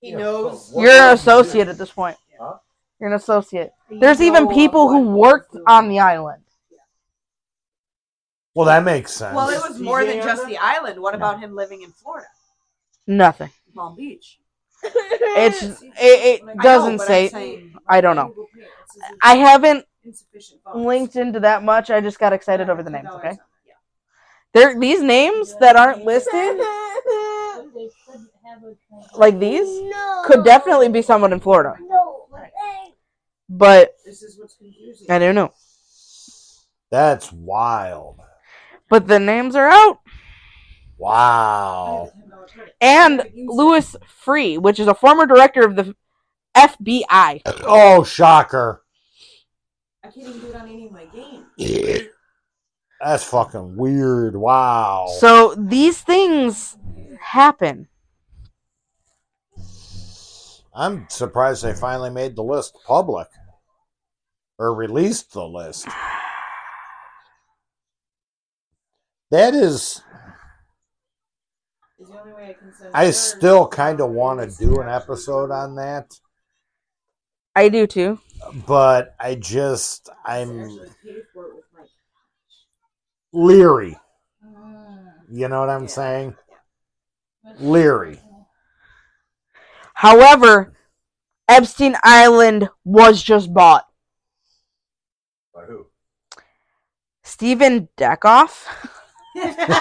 S5: He knows.
S1: you're an associate at this point. You're an associate. There's even people who worked on the island.
S3: well, that makes sense.
S8: Well, it was more than just the island. What about him living in Florida,
S1: Nothing.
S8: Palm Beach?
S1: It's it, it
S8: know,
S1: doesn't
S8: but I'm
S1: say.
S8: saying-
S1: I don't know. I haven't linked into that much. I just got excited over the names. Okay. There, these names that aren't listed, like these, could definitely be someone in Florida. But
S5: This is what's confusing.
S1: I don't know.
S3: That's wild.
S1: But the names are out.
S3: Wow.
S1: And Louis Free, which is a former director of the FBI.
S3: Oh, shocker.
S5: I can't even do it on any of my games.
S3: That's fucking weird. Wow.
S1: So these things happen.
S3: I'm surprised they finally made the list public or released the list. That is,
S10: Is the only way I can send
S3: I
S10: word.
S3: still kind of want to do an episode on that,
S1: I do too.
S3: but I just, I'm
S10: Pay for it with my
S3: leery. You know what I'm saying? Leery.
S1: However, Epstein Island was just bought.
S6: By who?
S1: Stephen Deckoff?
S3: Jack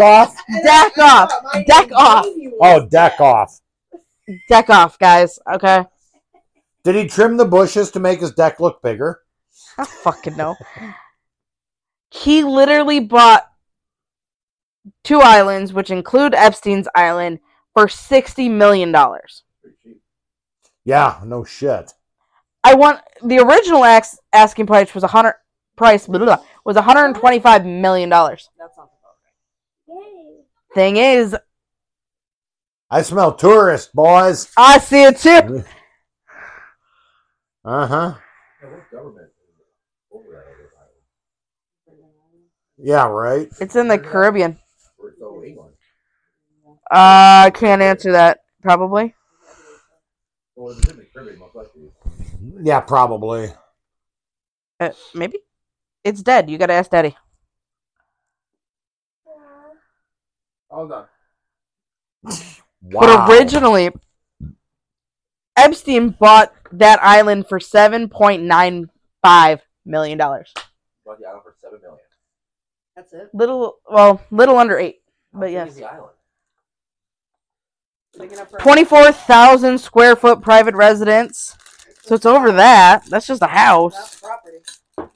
S3: off?
S1: Deck off! Deck off!
S3: Oh, deck off.
S1: Deck off, guys. Okay.
S3: Did he trim the bushes to make his deck look bigger?
S1: I don't fucking know. he literally bought two islands, which include Epstein's Island, for $60 million.
S3: Yeah, no shit.
S1: I want the original ax, asking price was a hundred price blah, blah, blah, was 125 million dollars.
S8: That's not the
S1: Thing is,
S3: I smell tourist, boys.
S1: I see a tip.
S3: Uh huh.
S6: Yeah, what government is over that other island?
S3: Yeah, right.
S1: It's in the Caribbean.
S6: Or it's over England?
S1: Uh, I can't answer that probably.
S6: Well, if it's in the Caribbean, most likely.
S3: Yeah, probably.
S1: Uh, maybe it's dead. You gotta ask Daddy.
S5: Oh,
S6: All done.
S3: Wow.
S1: But originally, Epstein bought that island for 7.95 million dollars.
S6: Bought the island for seven million.
S8: That's it.
S1: Little, well, little under eight, but
S6: How big
S1: yes.
S6: is the island?
S8: Big enough for
S1: 24,000 square foot private residence. So it's over that. That's just a house.
S8: property.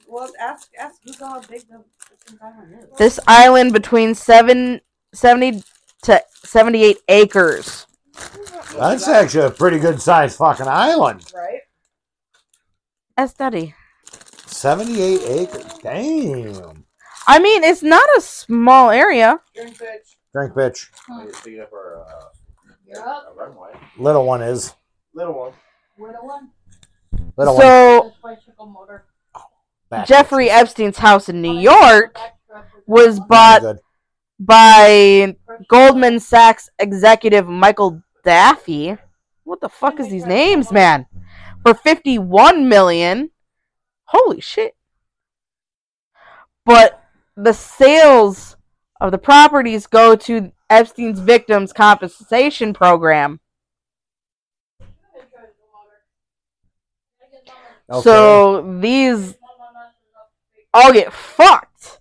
S8: Well, ask ask Google how big the fucking island is.
S1: This island between seven, 70 to 78 acres.
S3: That's actually a pretty good sized fucking island.
S10: right.
S1: A study.
S3: 78 acres. Damn.
S1: I mean, it's not a small area.
S10: Drink bitch.
S3: Drink, bitch.
S6: Maybe it's big enough for uh,
S10: You're
S6: a
S10: up.
S6: runway.
S3: Little one is.
S6: Little one.
S7: We're the one.
S3: Little one.
S1: so,
S7: That's bicycle motor.
S3: Back.
S1: Jeffrey Epstein's house in New York was bought
S3: Good.
S1: by Goldman Sachs executive Michael Daffy. What the fuck is these names, man? For 51 million. Holy shit. But the sales of the properties go to Epstein's victims compensation program.
S3: Okay.
S1: So these all get fucked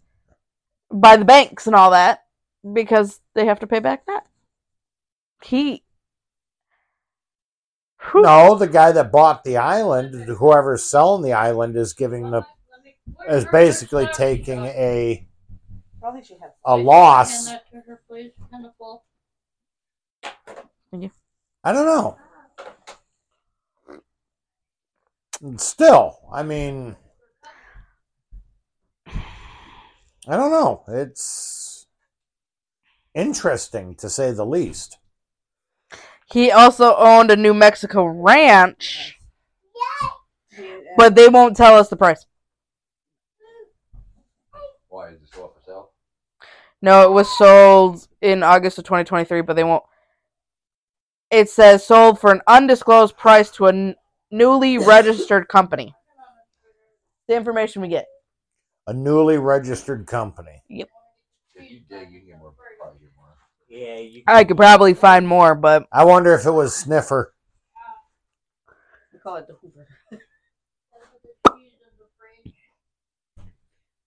S1: by the banks and all that because they have to pay back that. He. Whew.
S3: No, the guy that bought the island, whoever's selling the island, is giving the is basically taking a
S8: Probably she had.
S3: a loss.
S7: Hand that to her, please. And the full.
S3: I don't know. Still, I mean, I don't know. It's interesting to say the least.
S1: He also owned a New Mexico ranch, but they won't tell us the price.
S6: Why is this all for sale?
S1: No, it was sold in August of 2023, but they won't. It says sold for an undisclosed price to a n- newly registered company. The information we get.
S3: A newly registered company.
S6: If you dig, you can get more. Probably get more.
S5: Yeah, you.
S1: I could probably find more, but
S3: I wonder if it was Sniffer.
S8: We call it the Hoover.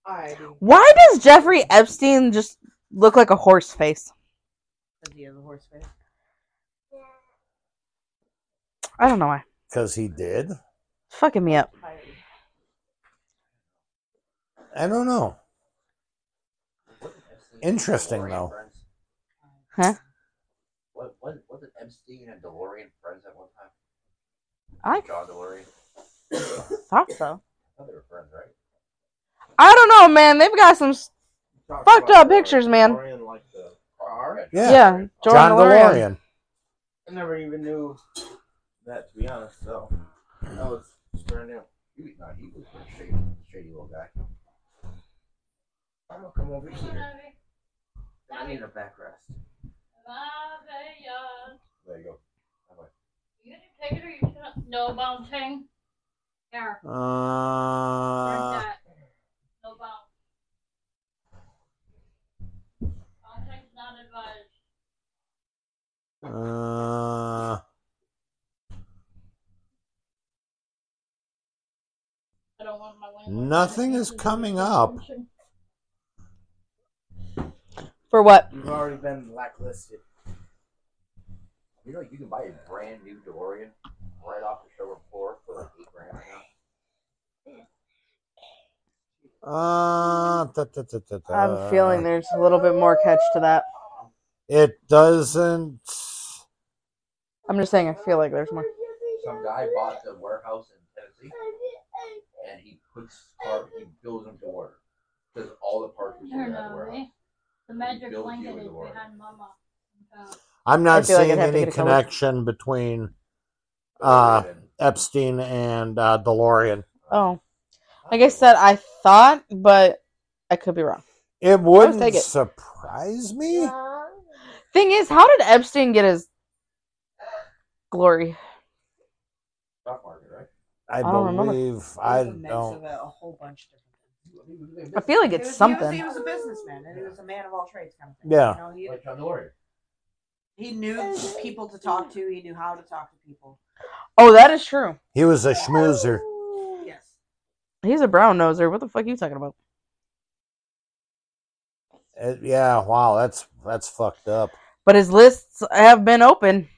S10: I
S1: why does Jeffrey Epstein just look like a horse face?
S8: Because he has a horse face.
S1: I don't know why.
S3: Because he did.
S1: It's fucking me up.
S3: I don't know. Interesting, though.
S1: Huh?
S6: What, what, wasn't Epstein and DeLorean friends at one time?
S1: I
S6: John DeLorean?
S1: thought so.
S6: Oh, they were friends, right?
S1: I don't know, man. They've got some s- fucked up pictures, man.
S5: DeLorean, like the car.
S1: Yeah, Jordan
S3: John
S1: DeLorean.
S3: DeLorean.
S5: I never even knew that, to be honest. So that was brand new.
S6: He was not. He was a shady, shady little guy. I don't come over here. I need a backrest. There you go.
S7: You gonna take it or you gonna snow bouncing? There.
S3: Uh,
S7: Where's that? No bounce. Bouncing's not advised.
S3: uh,
S7: I don't want my wing.
S3: nothing is coming up.
S1: For what?
S5: You've already been blacklisted.
S6: You know, you can buy a brand new DeLorean right off the showroom floor for like eight grand right now.
S3: Uh, da, da, da, da,
S1: I have
S3: da.
S1: a feeling there's a little bit more catch to that.
S3: it doesn't.
S1: I'm just saying, I feel like there's more.
S6: Some guy bought the warehouse in Tennessee and he puts parts, he builds them to order. Because all the parts were
S7: Turn
S6: at the
S7: over.
S6: warehouse.
S7: eh? The magic
S6: built
S7: blanket
S6: you
S7: is
S6: with the wire.
S7: behind Mama. Uh,
S3: I'm
S1: I
S3: not
S1: feel like I'd
S3: seeing
S1: have to
S3: any
S1: get it covered.
S3: connection between uh,
S6: DeLorean.
S3: Epstein and uh, DeLorean.
S1: Oh, like I said, I thought, but I could be wrong.
S3: It wouldn't
S1: take it.
S3: surprise me.
S1: Thing is, how did Epstein get his glory?
S6: Stock market, right?
S3: I,
S1: don't remember.
S3: believe I
S8: It was a mix of
S3: don't.
S8: a, a whole bunch of different
S1: I feel like
S8: He was-
S1: it's
S8: He
S1: something.
S8: was, he was a businessman, and he was a man of all trades kind of thing.
S3: Yeah.
S8: You know,
S6: Like John DeLorean.
S8: he, he knew people to talk to. He knew how to talk to people.
S1: Oh, that is true.
S3: He was a schmoozer.
S8: Yes.
S1: He's a brown noser. What the fuck are you talking about?
S3: It- Uh, yeah. Wow. That's that's fucked up.
S1: But his lists have been open.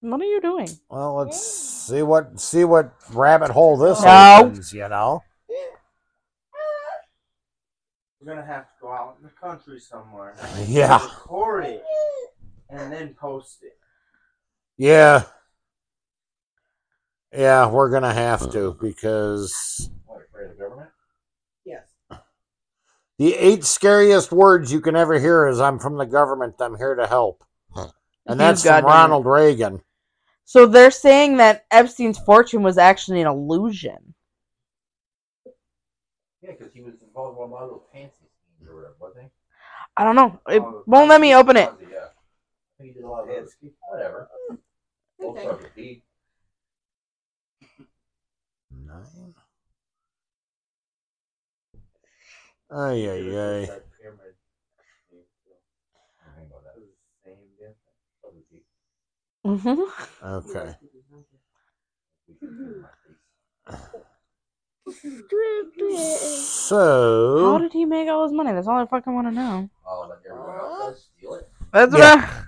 S1: What are you doing?
S3: Well, let's see what see what rabbit hole this
S1: No.
S3: opens. You know.
S5: We're gonna have to go out in the country somewhere.
S3: Yeah.
S5: Record it and then post it.
S3: Yeah. Yeah, we're gonna have to because
S6: What, afraid of the government?
S5: Yes.
S3: the eight scariest words you can ever hear is "I'm from the government. I'm here to help," and
S1: You
S3: that's from
S1: goddamn right.
S3: Ronald Reagan.
S1: So they're saying that Epstein's fortune was actually an illusion.
S6: Yeah, because he was involved with a lot of those fancy schemes or whatever, wasn't he?
S1: I don't know. It
S6: Oh,
S1: won't let me open it.
S6: Ponzi, Yeah. I think he did a lot of those. Whatever. All
S8: Okay.
S6: sorts of deeds.
S3: Nine. Ay ay ay.
S5: That pyramid.
S6: I don't know about that. All the deeds.
S1: Mhm.
S3: Okay.
S6: We can do my face.
S1: How
S3: So
S1: did he make all his money? That's all I fucking want to know.
S6: Oh, like everyone else does, steal it.
S1: That's
S3: Yeah.
S1: what I-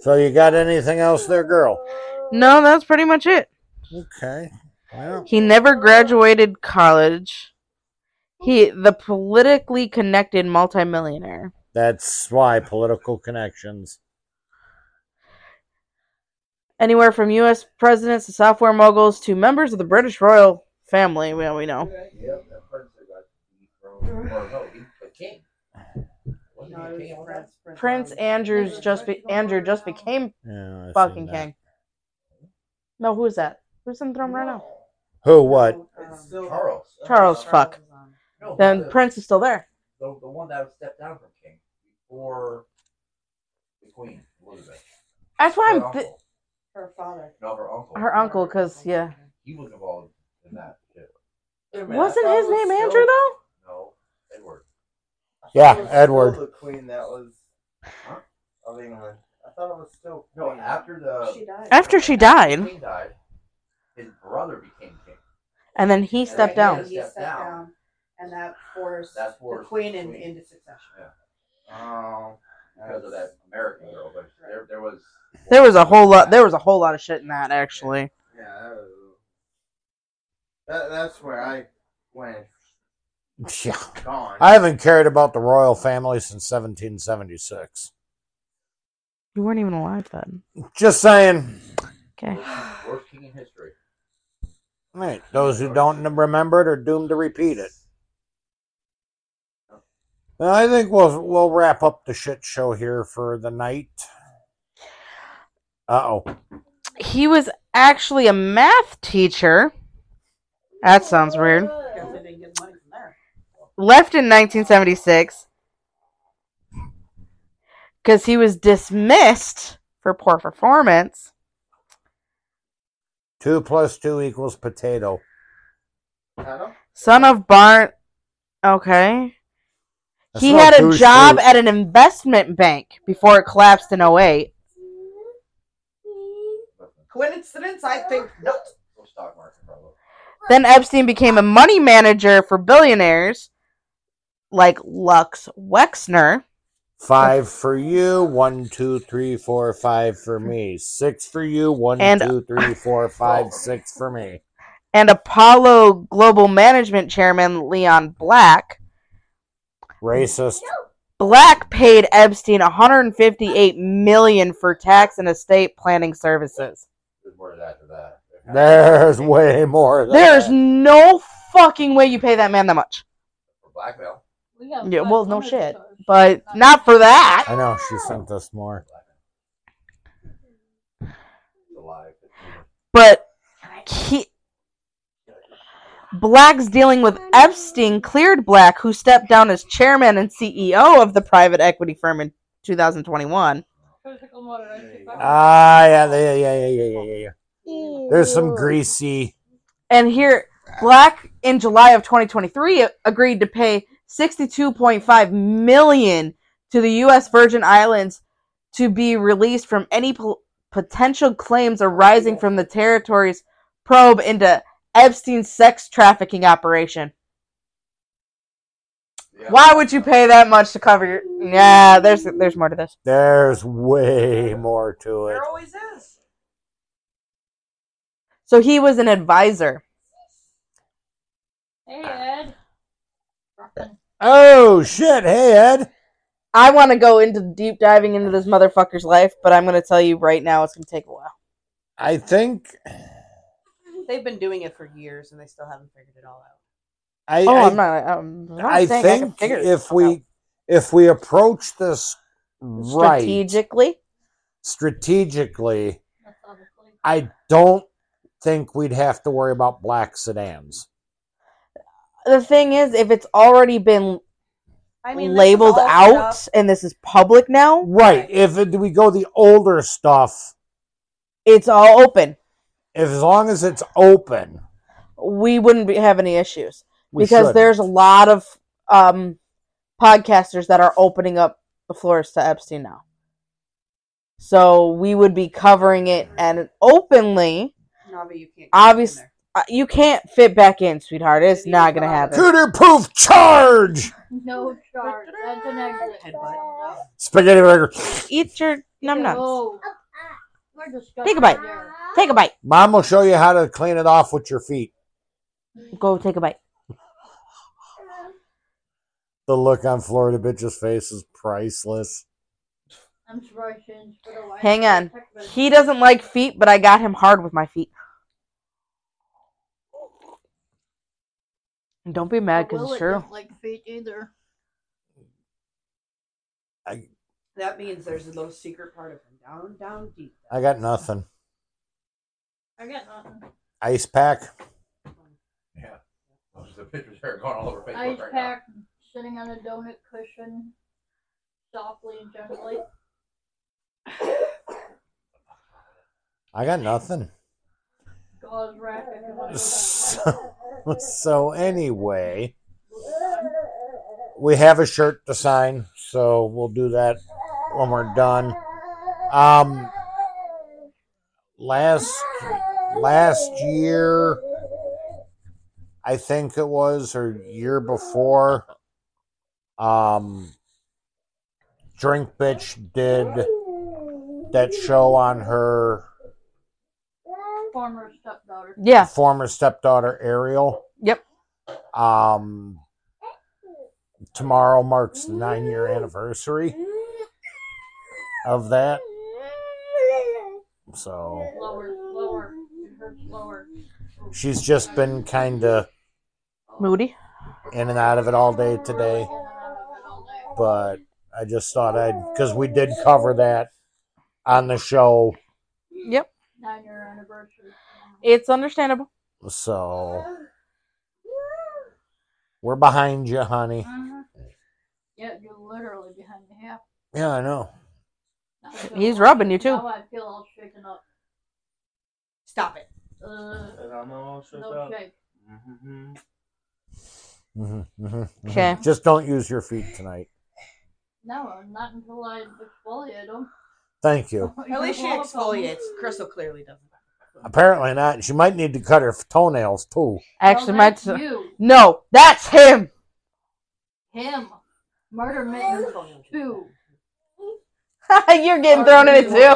S3: so you got anything else there, girl?
S1: No, that's pretty much it.
S3: Okay. Well,
S1: He never graduated college. He the politically connected multimillionaire.
S3: that's why political connections.
S1: Anywhere from US presidents to software moguls to members of the British royal family, well we know.
S6: Yep, that prince that got dethroned. Or no, he the king. Wasn't
S8: No,
S6: he a king?
S8: it was
S6: at one time?
S8: Prince. Prince.
S1: Prince
S8: Andrew.
S1: Andrew's just be- Andrew just became
S3: Yeah, I've seen
S1: fucking
S3: that.
S1: king. No, who is that? Who's in the throne right now?
S3: Who? What?
S6: It's still Charles.
S1: Charles, fuck.
S8: um,
S6: No,
S1: Then
S6: the-
S1: Prince is still there.
S6: The, the one that stepped down from King before the Queen, Elizabeth.
S1: That's why I'm
S6: Her
S1: th-
S6: uncle. No, her uncle.
S1: her uncle, because yeah,
S6: He was involved in that shit. Wait a minute, I
S1: wasn't
S6: thought it
S1: his
S6: was
S1: name
S6: still-
S1: Andrew though?
S6: No, Edward.
S3: Yeah, Edward.
S12: The queen that was of England. I thought it was still
S6: No, after the she died.
S1: After she died.
S6: Queen died. His brother became king.
S1: And then he stepped
S8: Right, yeah,
S1: down.
S8: He stepped down, and that forced
S6: That's
S8: the
S6: forced
S8: queen
S6: the
S8: in,
S6: queen.
S8: into succession.
S5: Oh,
S6: Um, because of that American girl, but there, there was
S1: There was a whole lot. There was a whole lot of shit in that actually.
S12: Yeah, that was. That, that's where I went.
S3: Yeah.
S12: Gone.
S3: I haven't cared about the royal family since 1776.
S1: You weren't even alive then.
S3: Just saying.
S1: Okay.
S6: worst king in history.
S3: Right. Those who don't remember it are doomed to repeat it. Well, I think we'll we'll wrap up the shit show here for the night. Uh oh.
S1: He was actually a math teacher. That sounds weird.
S8: Guess they didn't get money from there.
S1: Left in 1976 because he was dismissed for poor performance.
S3: Two plus two equals potato.
S1: Son of Barn. Okay.
S3: That's
S1: he
S3: not
S1: had a
S3: Jewish
S1: job
S3: fruit.
S1: at an investment bank before it collapsed in 08.
S8: Coincidence? I think not.
S1: Then Epstein became a money manager for billionaires like Lux Wexner.
S3: Five for you, one, two, three, four, five for me. Six for you, one,
S1: And-
S3: two, three, four, five, six for me.
S1: and Apollo Global Management Chairman Leon Black.
S3: Racist.
S1: Black paid Epstein 158 million for tax and estate planning services.
S6: There's more to that than that.
S3: There's way more. Than
S1: There's no fucking way you pay that man that much.
S6: For blackmail.
S1: Yeah, well, no shit, but not for that.
S3: I know she sent us more.
S1: But he, Black's dealing with Epstein cleared Black, who stepped down as chairman and CEO of the private equity firm in 2021.
S3: Ah, yeah, yeah, yeah, yeah, yeah, yeah, yeah. There's some greasy.
S1: And here, Black in July of 2023 agreed to pay 62.5 million to the U.S. Virgin Islands to be released from any po- potential claims arising from the territory's probe into Epstein's sex trafficking operation. Why would you pay that much to cover your? Yeah, there's there's more to this.
S3: There's way more to it.
S8: There always is.
S1: So he was an advisor.
S7: Hey, Ed.
S3: Oh shit! Hey Ed.
S1: I want to go into deep diving into this motherfucker's life, but I'm going to tell you right now, it's going to take a while.
S3: I think
S8: They've been doing it for years and they still haven't figured it all out.
S3: I.
S1: oh,
S3: I,
S1: I'm not. I'm not
S3: I
S1: saying I can
S3: think
S1: figure
S3: if we if we approach this right
S1: strategically,
S3: strategically, I don't think we'd have to worry about black sedans.
S1: the thing is, if it's already been
S8: I mean, this is
S1: labeled
S8: all
S1: out and this is public now,
S3: Right. If it, we go the older stuff,
S1: it's all open.
S3: if as long as it's open,
S1: We wouldn't be, have any issues
S3: We
S1: because
S3: shouldn't.
S1: there's a lot of um, podcasters that are opening up the floors to Epstein now. So we would be covering it and openly.
S8: Navi, you can't.
S1: Obviously, you can't fit back in, sweetheart. It's not gonna happen.
S3: Cooter proof charge.
S7: No charge. That's an exit.
S3: Spaghetti burger.
S1: Eat your num nums.
S7: No. Oh. We're disgusting.
S1: Take a bite. Take a bite.
S3: Mom will show you how to clean it off with your feet.
S1: Go take a bite.
S3: The look on Florida bitch's face is priceless.
S7: I'm surprised she didn't spit a line.
S1: Hang on. He doesn't like feet, but I got him hard with my feet. And Don't be mad because
S7: Will
S1: it's
S7: it
S1: true.
S7: doesn't like feet either.
S8: That means there's a little secret part of him down, down deep.
S3: I got nothing.
S7: I got nothing.
S3: Ice pack.
S6: Yeah. Those are the pictures that are going all over Facebook
S7: Ice
S6: right now.
S7: pack sitting on a donut cushion, softly and gently.
S3: I got nothing.
S7: Gauze wrap if you want
S3: So, so anyway, we have a shirt to sign, so we'll do that when we're done. Um, last last year, I think it was, or year before, um, Drink Bitch did that show on her
S7: Former stepdaughter.
S3: former stepdaughter Ariel.
S1: Yep.
S3: Um, tomorrow marks the nine year anniversary of that. So
S7: Lower, lower. It hurts lower.
S3: she's just been kind of
S1: Moody.
S3: in and out of it all day today. But I just thought I'd, because we did cover that on the show.
S1: Yep.
S7: Nine year anniversary.
S1: It's understandable.
S3: So we're behind you, honey.
S8: Uh-huh.
S7: Mhm. Yeah, you're literally behind the half.
S3: Yeah, I know.
S7: Now I feel
S1: He's
S7: all-
S1: rubbing you, too.
S7: Now I feel all shaken up.
S8: Stop it.
S7: Uh,
S12: And I'm all shook
S7: no
S12: up.
S7: shake.
S12: Mhm.
S3: Mhm, mhm, mhm.
S1: Okay.
S3: Just don't use your feet tonight.
S7: No, not until I exfoliate them.
S3: Thank you.
S8: At least she exfoliates. Crystal clearly doesn't.
S3: Apparently not. She might need to cut her toenails too.
S1: Actually,
S7: No,
S1: my
S7: that's
S1: t-
S7: you.
S1: no, that's him.
S7: Him. Murder Mitten
S3: Oh.
S7: 2.
S1: You're
S7: Oh,
S1: getting thrown in it too.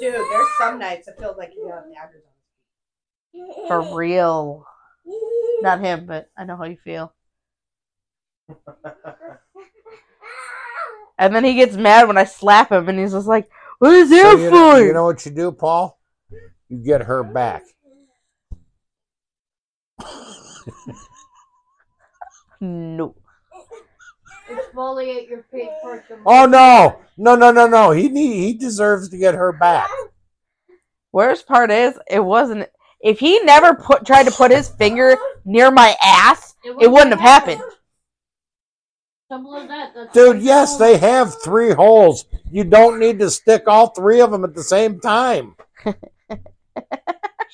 S8: Dude, there's some nights it feels like you have daggers
S1: For real. Not him, but I know how you feel. And then he gets mad when I slap him, and he's just like, "What is
S3: So
S1: that
S3: you, know,
S1: for?"
S3: you know what you do, Paul? You get her back.
S1: no.
S7: Exfoliate your feet first. and-
S3: Oh no, no, no, no, no. He need, he deserves to get her back.
S1: Worst part is, it wasn't. If he never put tried to put his finger near my ass, it wouldn't have happened.
S7: Simple as that. That's
S3: Dude,
S7: three
S3: yes,
S7: holes.
S3: they have three holes. You don't need to stick all three of them at the same time.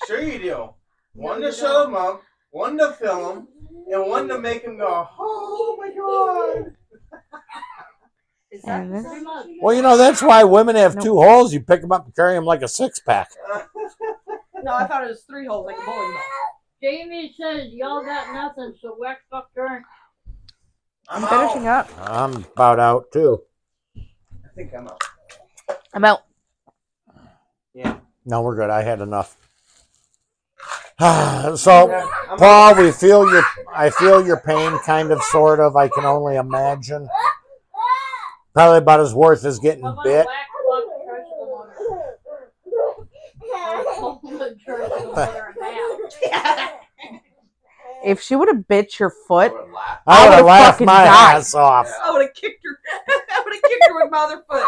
S12: Sure you do. One
S7: No,
S12: to
S7: you
S12: shut him up, one to fill him, and one to make him go, oh my god.
S8: Is that
S1: And then-
S7: Pretty much.
S3: Well, you know that's why women have
S1: Nope.
S3: two holes. You pick them up and carry them like a six pack.
S8: No, I thought it was three holes like a bowling ball.
S7: Jamie says y'all got nothing, so whack fuck turn.
S1: I'm finishing up.
S3: I'm about out too.
S12: I think I'm up.
S1: I'm out.
S3: No, we're good. I had enough. so, Paul, we feel your. I feel your pain, kind of, sort of. I can only imagine. Probably about as worth as getting
S7: I'm gonna
S3: bit.
S7: whack fuck Trish the mother. Trish the mother now.
S1: If she would have bit your foot,
S6: Or laugh.
S1: I
S3: I would have
S1: would've
S3: laughed
S1: fucking
S3: my
S1: died.
S3: ass off.
S8: I would have kicked her. I would have kicked her with my other foot.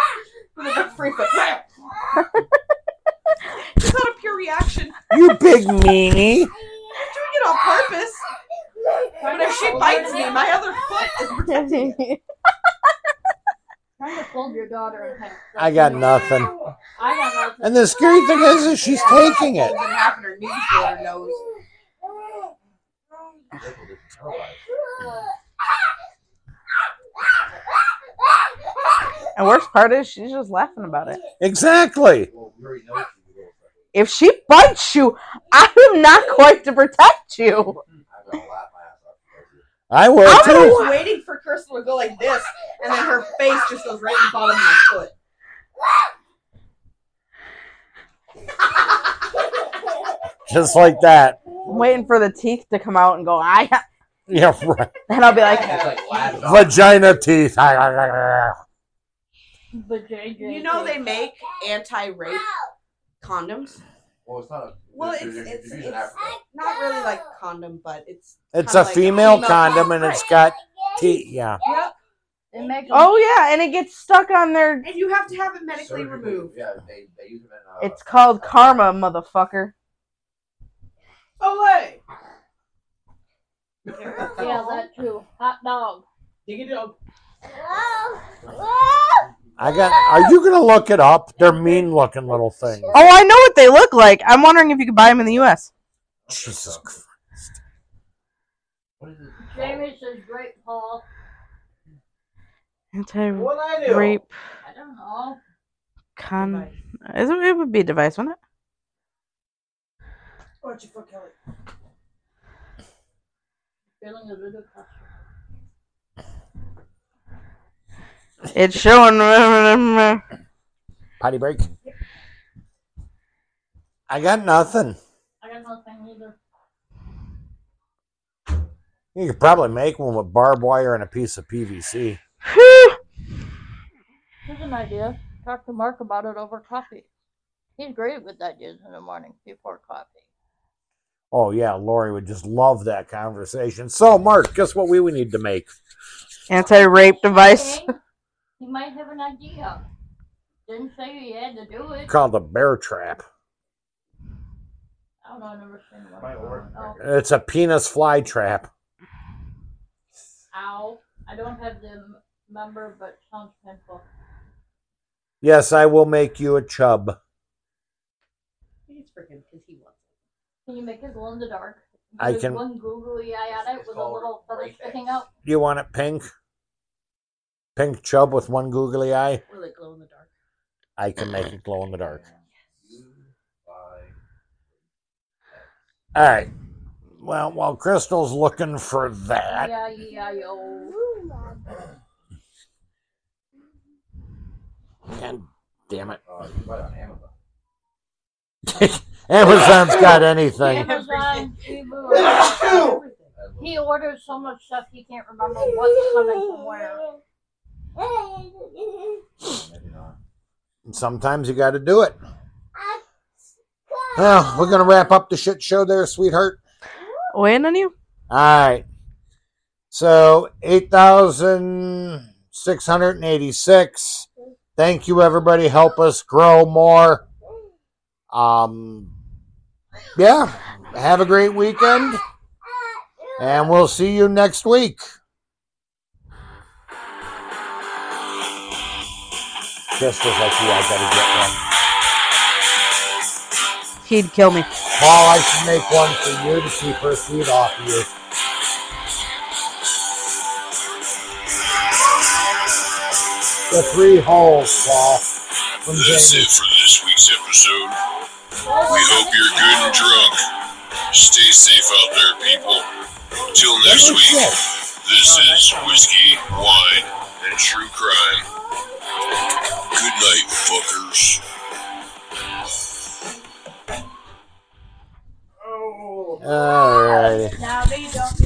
S8: With a big free foot. It's not a pure reaction.
S3: You big meanie.
S8: I'm doing it on purpose. But if she bites me, my other foot is protecting it.
S7: Trying to fold your daughter in half.
S3: I got nothing.
S7: I got nothing.
S3: And the scary thing is, is she's taking it.
S8: Folded half in her knees or her nose.
S1: and worst part is, she's just laughing about it.
S3: Exactly.
S6: Well, we already know what you do.
S1: If she bites you, I am not going to protect you.
S6: I'm gonna laugh my ass off.
S3: I will
S8: I
S3: too.
S8: was waiting for Crystal to go like this, and then her face just goes right in the bottom of my foot.
S3: Just like that.
S1: I'm waiting for the teeth to come out and go, I.
S3: Yeah, right.
S1: And I'll be like,
S6: It's like laugh off.
S3: Vagina teeth.
S7: But JJ.
S8: You know they make anti-rape condoms.
S6: Well, it's not a.
S8: Well,
S6: you're-
S8: it's
S6: you're
S8: it's,
S6: confusing
S8: it's
S6: Africa.
S8: not really like a condom, but it's
S3: It's
S8: kinda
S3: a
S8: like
S3: female condom and it's got teeth. Yeah.
S8: Yep.
S7: They make
S1: oh yeah, and it gets stuck on their.
S8: And you have to have it medically
S6: Surgically,
S8: removed.
S6: Yeah, they, they use them in. Uh,
S1: It's called karma, motherfucker.
S8: Oh,
S10: Olay.
S7: Yeah, that too. Hot dog.
S10: Diggity-dog.
S3: I got. Are you gonna look it up? They're mean looking little things.
S1: Oh, I know what they look like. I'm wondering if you could buy them in the U.S.
S3: Jesus Christ.
S7: Jamie says grape Paul.
S1: Anti
S10: What I do?
S1: rape
S7: I don't know.
S1: con. Is it, it would be a device, wouldn't it?
S10: Why'd you fuck Kelly?
S7: Feeling a little cushy.
S1: It's showing.
S3: Potty break. I got nothing.
S7: I got nothing either.
S3: You could probably make one with barbed wire and a piece of PVC.
S7: Here's an idea. Talk to Mark about it over coffee. He's great with ideas in the morning before coffee.
S3: Oh yeah, Lori would just love that conversation. So, Mark, guess what we would need to make?
S1: Anti rape device.
S7: Okay. He might have an idea. Didn't say he had to do it.
S3: Called a bear trap.
S7: I don't know. I've never seen one.
S6: Might work.
S7: Oh,
S3: It's a penis fly trap.
S7: ow. I don't have the number, but sounds painful.
S3: Yes, I will make you a chub.
S8: It's for him because he wants
S7: Can you make it glow in the dark?
S3: I
S7: There's
S3: can-
S7: One googly eye on it
S6: It's
S7: with a
S6: called
S7: little feather
S6: Rapex.
S7: sticking out.
S3: You want it pink? Pink chub with one googly eye?
S8: it. Will it glow in the dark?
S3: I can make it glow in the dark.
S6: Bye.
S3: All right. Well, while Crystal's looking for that,
S7: Yeah, yeah, yo.
S3: God damn it.
S5: 呃
S6: Uh, you can buy it on Amazon.
S3: Amazon's got anything.
S7: Amazon, Fubu. He orders so much stuff he can't remember what's coming from where.
S6: Maybe not.
S3: Sometimes you got to do it. Well, we're going to wrap up the shit show there, sweetheart.
S1: Weighing on you?
S3: All right. So 8,686. Thank you, everybody. Help us grow more. Um, yeah. Have a great weekend. And we'll see you next week. Just as like you, I gotta get one.
S1: He'd kill me.
S3: Paul, I should make one for you to keep her feet off of you. The three holes, Paul. From
S4: That's
S3: Jamie.
S4: it for this week's episode. We hope you're good and drunk. Stay safe out there, people. Till next week, this is Whiskey, Wine, and True Crime. Good night, fuckers.
S3: All right.
S7: Now they don't